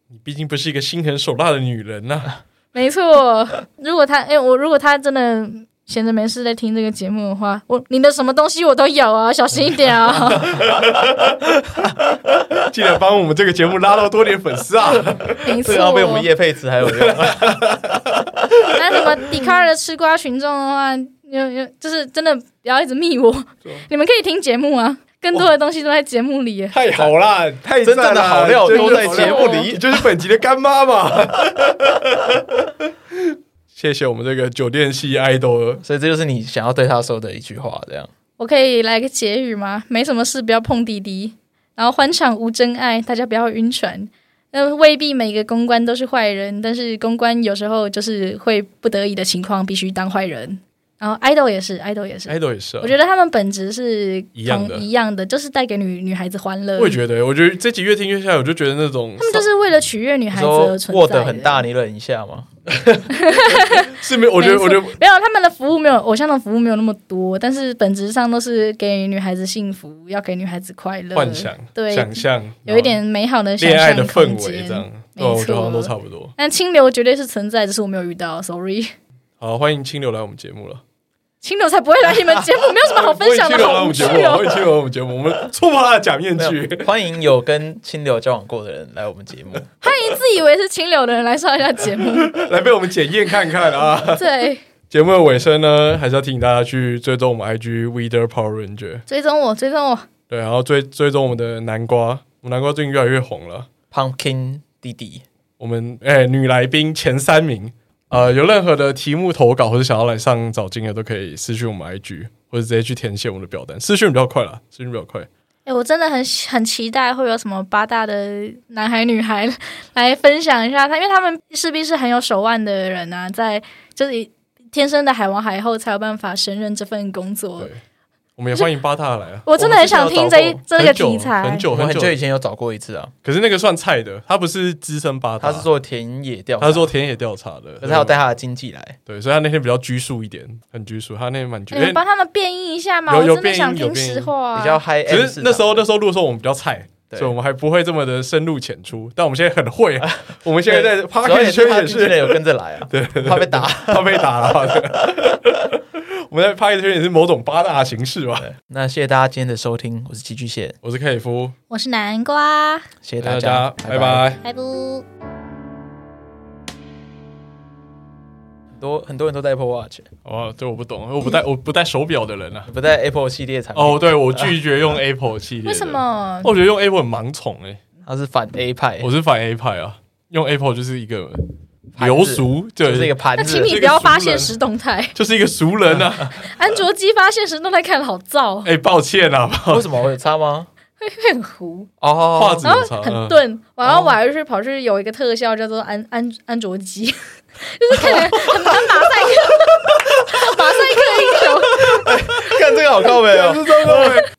[SPEAKER 2] 你毕竟不是一个心狠手辣的女人呐、
[SPEAKER 3] 没错，如果他哎、我如果他真的闲着没事在听这个节目的话，我你的什么东西我都有啊，小心一 点啊。
[SPEAKER 2] 记得帮我们这个节目拉到多点粉丝啊！
[SPEAKER 3] 没错，
[SPEAKER 1] 这个要被我们叶佩慈还有用，
[SPEAKER 3] 那什么 d i c a r 的吃瓜群众的话，有有就是真的不要一直密我
[SPEAKER 2] 对啊，
[SPEAKER 3] 你们可以听节目啊，更多的东西都在节目里耶。
[SPEAKER 2] 太好啦，太
[SPEAKER 1] 真
[SPEAKER 2] 赞
[SPEAKER 1] 正的
[SPEAKER 2] 啦
[SPEAKER 1] 好料
[SPEAKER 2] 真正
[SPEAKER 1] 都
[SPEAKER 2] 的
[SPEAKER 1] 在
[SPEAKER 2] 好
[SPEAKER 1] 节
[SPEAKER 2] 料
[SPEAKER 1] 目里。
[SPEAKER 2] 就是本集的干妈嘛。 谢谢我们这个酒店系 idol，
[SPEAKER 1] 所以这就是你想要对他说的一句话，这样。
[SPEAKER 3] 我可以来个结语吗？没什么事，不要碰滴滴，然后欢场无真爱，大家不要晕船。那未必每个公关都是坏人，但是公关有时候就是会不得已的情况，必须当坏人。然后 idol 也是，idol 也是，
[SPEAKER 2] idol 也是、啊
[SPEAKER 3] 我。觉得他们本质是
[SPEAKER 2] 一样的
[SPEAKER 3] 同一样的，就是带给女女孩子欢乐。
[SPEAKER 2] 我也觉得，我觉得这集越听越下来，我就觉得那种
[SPEAKER 3] 他们就是为了取悦女
[SPEAKER 1] 你
[SPEAKER 3] 孩子
[SPEAKER 1] 说
[SPEAKER 3] 而存
[SPEAKER 1] 握
[SPEAKER 3] 在的。
[SPEAKER 1] 得很大，你忍一下吗？
[SPEAKER 2] 是没有，我觉得，
[SPEAKER 3] 没
[SPEAKER 2] 我
[SPEAKER 3] 错
[SPEAKER 2] 觉得
[SPEAKER 3] 没有他们的服务没有偶像的服务没有那么多，但是本质上都是给女孩子幸福，要给女孩子快乐
[SPEAKER 2] 幻想、
[SPEAKER 3] 对，
[SPEAKER 2] 想象，
[SPEAKER 3] 有一点美好的
[SPEAKER 2] 然后恋爱的
[SPEAKER 3] 想象
[SPEAKER 2] 氛
[SPEAKER 3] 空
[SPEAKER 2] 围，
[SPEAKER 3] 间
[SPEAKER 2] 这。样，
[SPEAKER 3] 没
[SPEAKER 2] 对啊，我觉得
[SPEAKER 3] 错
[SPEAKER 2] 好像都差不多。
[SPEAKER 3] 但清流绝对是存在，只是我没有遇到，sorry。
[SPEAKER 2] 好，欢迎清流来我们节目了。
[SPEAKER 3] 清流才不会来你们节目，没有什么好分享
[SPEAKER 2] 欢迎清
[SPEAKER 3] 的，
[SPEAKER 2] 流来我
[SPEAKER 3] 好无
[SPEAKER 2] 们
[SPEAKER 3] 趣
[SPEAKER 2] 节目，欢迎清流
[SPEAKER 3] 哦。
[SPEAKER 2] 来我们节目，我们戳破他的假面
[SPEAKER 1] 没
[SPEAKER 2] 具。
[SPEAKER 1] 有，欢迎有跟清流交往过的人来我们节目。
[SPEAKER 3] 欢迎自以为是清流的人来上一下节 目。
[SPEAKER 2] 来被我们检验看看啊！
[SPEAKER 3] 对，
[SPEAKER 2] 节目的尾声呢，还是要提醒大家去追踪我们 IG Weather Power Ranger，
[SPEAKER 3] 追踪我，追踪我，
[SPEAKER 2] 对，然后追追踪我们的南瓜，我们南瓜最近越来越红了。
[SPEAKER 1] Pumpkin 弟弟
[SPEAKER 2] 我们哎、女来宾前三名，呃，有任何的题目投稿或者想要来上早金的，都可以私讯我们 IG，或者直接去填写我们的表单。私讯比较快啦，私讯比较快。
[SPEAKER 3] 哎、我真的很很期待会有什么八大的男孩女孩来分享一下他，因为他们势必是很有手腕的人啊，在就是天生的海王海后才有办法胜任这份工作
[SPEAKER 2] 对。，我们也欢迎八大来啊。
[SPEAKER 3] 我真的很想听这一
[SPEAKER 2] 们
[SPEAKER 3] 这
[SPEAKER 2] 之前有
[SPEAKER 3] 个
[SPEAKER 2] 找过
[SPEAKER 3] 题材，
[SPEAKER 2] 很久
[SPEAKER 1] 我
[SPEAKER 2] 很
[SPEAKER 1] 很
[SPEAKER 2] 久
[SPEAKER 1] 久
[SPEAKER 2] 很
[SPEAKER 1] 以
[SPEAKER 2] 久，
[SPEAKER 1] 前有找过一次啊，
[SPEAKER 2] 可是那个算菜的，他不是资深八大，
[SPEAKER 1] 他是做田野调查，
[SPEAKER 2] 他是做田野调查的，
[SPEAKER 1] 可是他有带他的经济来，
[SPEAKER 2] 对，所以他那天比较拘束一点，很拘束。他那天蛮拘
[SPEAKER 3] 你们
[SPEAKER 2] 束，
[SPEAKER 3] 哎帮他们变异一下吗？
[SPEAKER 2] 有
[SPEAKER 3] 我
[SPEAKER 2] 有
[SPEAKER 3] 真的
[SPEAKER 2] 变
[SPEAKER 3] 想
[SPEAKER 2] 音有
[SPEAKER 3] 听
[SPEAKER 2] 变音
[SPEAKER 3] 实话、啊。
[SPEAKER 1] 比较 high
[SPEAKER 2] 只
[SPEAKER 1] end
[SPEAKER 2] 是
[SPEAKER 1] 市
[SPEAKER 2] 那
[SPEAKER 1] 场
[SPEAKER 2] 时候那时候录的时候我们比较菜，
[SPEAKER 1] 对
[SPEAKER 2] 所以我们还不会这么的深入浅出。但我们现在很 会啊，我们现在在 p o
[SPEAKER 1] 主要
[SPEAKER 2] d c
[SPEAKER 1] 也
[SPEAKER 2] a
[SPEAKER 1] 是
[SPEAKER 2] 圈
[SPEAKER 1] 他
[SPEAKER 2] 也
[SPEAKER 1] 经纪人
[SPEAKER 2] 是
[SPEAKER 1] 有跟着来啊，
[SPEAKER 2] 对，
[SPEAKER 1] 怕被打。
[SPEAKER 2] 他被打了。对 我们在 p o d c a 圈也是某种八大形式吧。
[SPEAKER 1] 那谢谢大家今天的收听，我是寄居蟹，
[SPEAKER 2] 我是 K 夫，
[SPEAKER 3] 我是南瓜，
[SPEAKER 1] 谢谢
[SPEAKER 2] 哎大
[SPEAKER 1] 大
[SPEAKER 2] 家
[SPEAKER 1] 家，
[SPEAKER 2] 拜拜。
[SPEAKER 3] 拜拜。
[SPEAKER 1] 很多很多人都戴 Apple Watch，
[SPEAKER 2] 哦，对，我不懂，我不戴我不戴手表的人啊。
[SPEAKER 1] 不戴 Apple 系列产品，
[SPEAKER 2] 哦，对，我拒绝用 Apple 系列。哦
[SPEAKER 3] 为什？么？
[SPEAKER 2] 我觉得用 Apple 很盲从哎、
[SPEAKER 1] 他是反 A 派，
[SPEAKER 2] 我是反 A 派啊，用 Apple 就是一个
[SPEAKER 1] 盘子
[SPEAKER 2] 流俗，对
[SPEAKER 1] 就是一个盘
[SPEAKER 3] 那
[SPEAKER 1] 子
[SPEAKER 3] 请。你不要发现实动态，
[SPEAKER 2] 就是一个熟人 啊！
[SPEAKER 3] 安卓机发现实动态看了好燥，
[SPEAKER 2] 哎、抱歉啊，
[SPEAKER 1] 为什么我有差吗？
[SPEAKER 3] 会会很糊，
[SPEAKER 1] 哦，
[SPEAKER 2] 画质
[SPEAKER 3] 然
[SPEAKER 2] 有差，
[SPEAKER 3] 后很
[SPEAKER 2] 嗯哦
[SPEAKER 3] 钝，然后
[SPEAKER 1] 哦
[SPEAKER 3] 我还去跑去有一个特效叫做安安安卓机， 就是看起来很很马赛克，马赛克英雄。
[SPEAKER 1] 看这个好靠没有？哦
[SPEAKER 2] 这是真的欸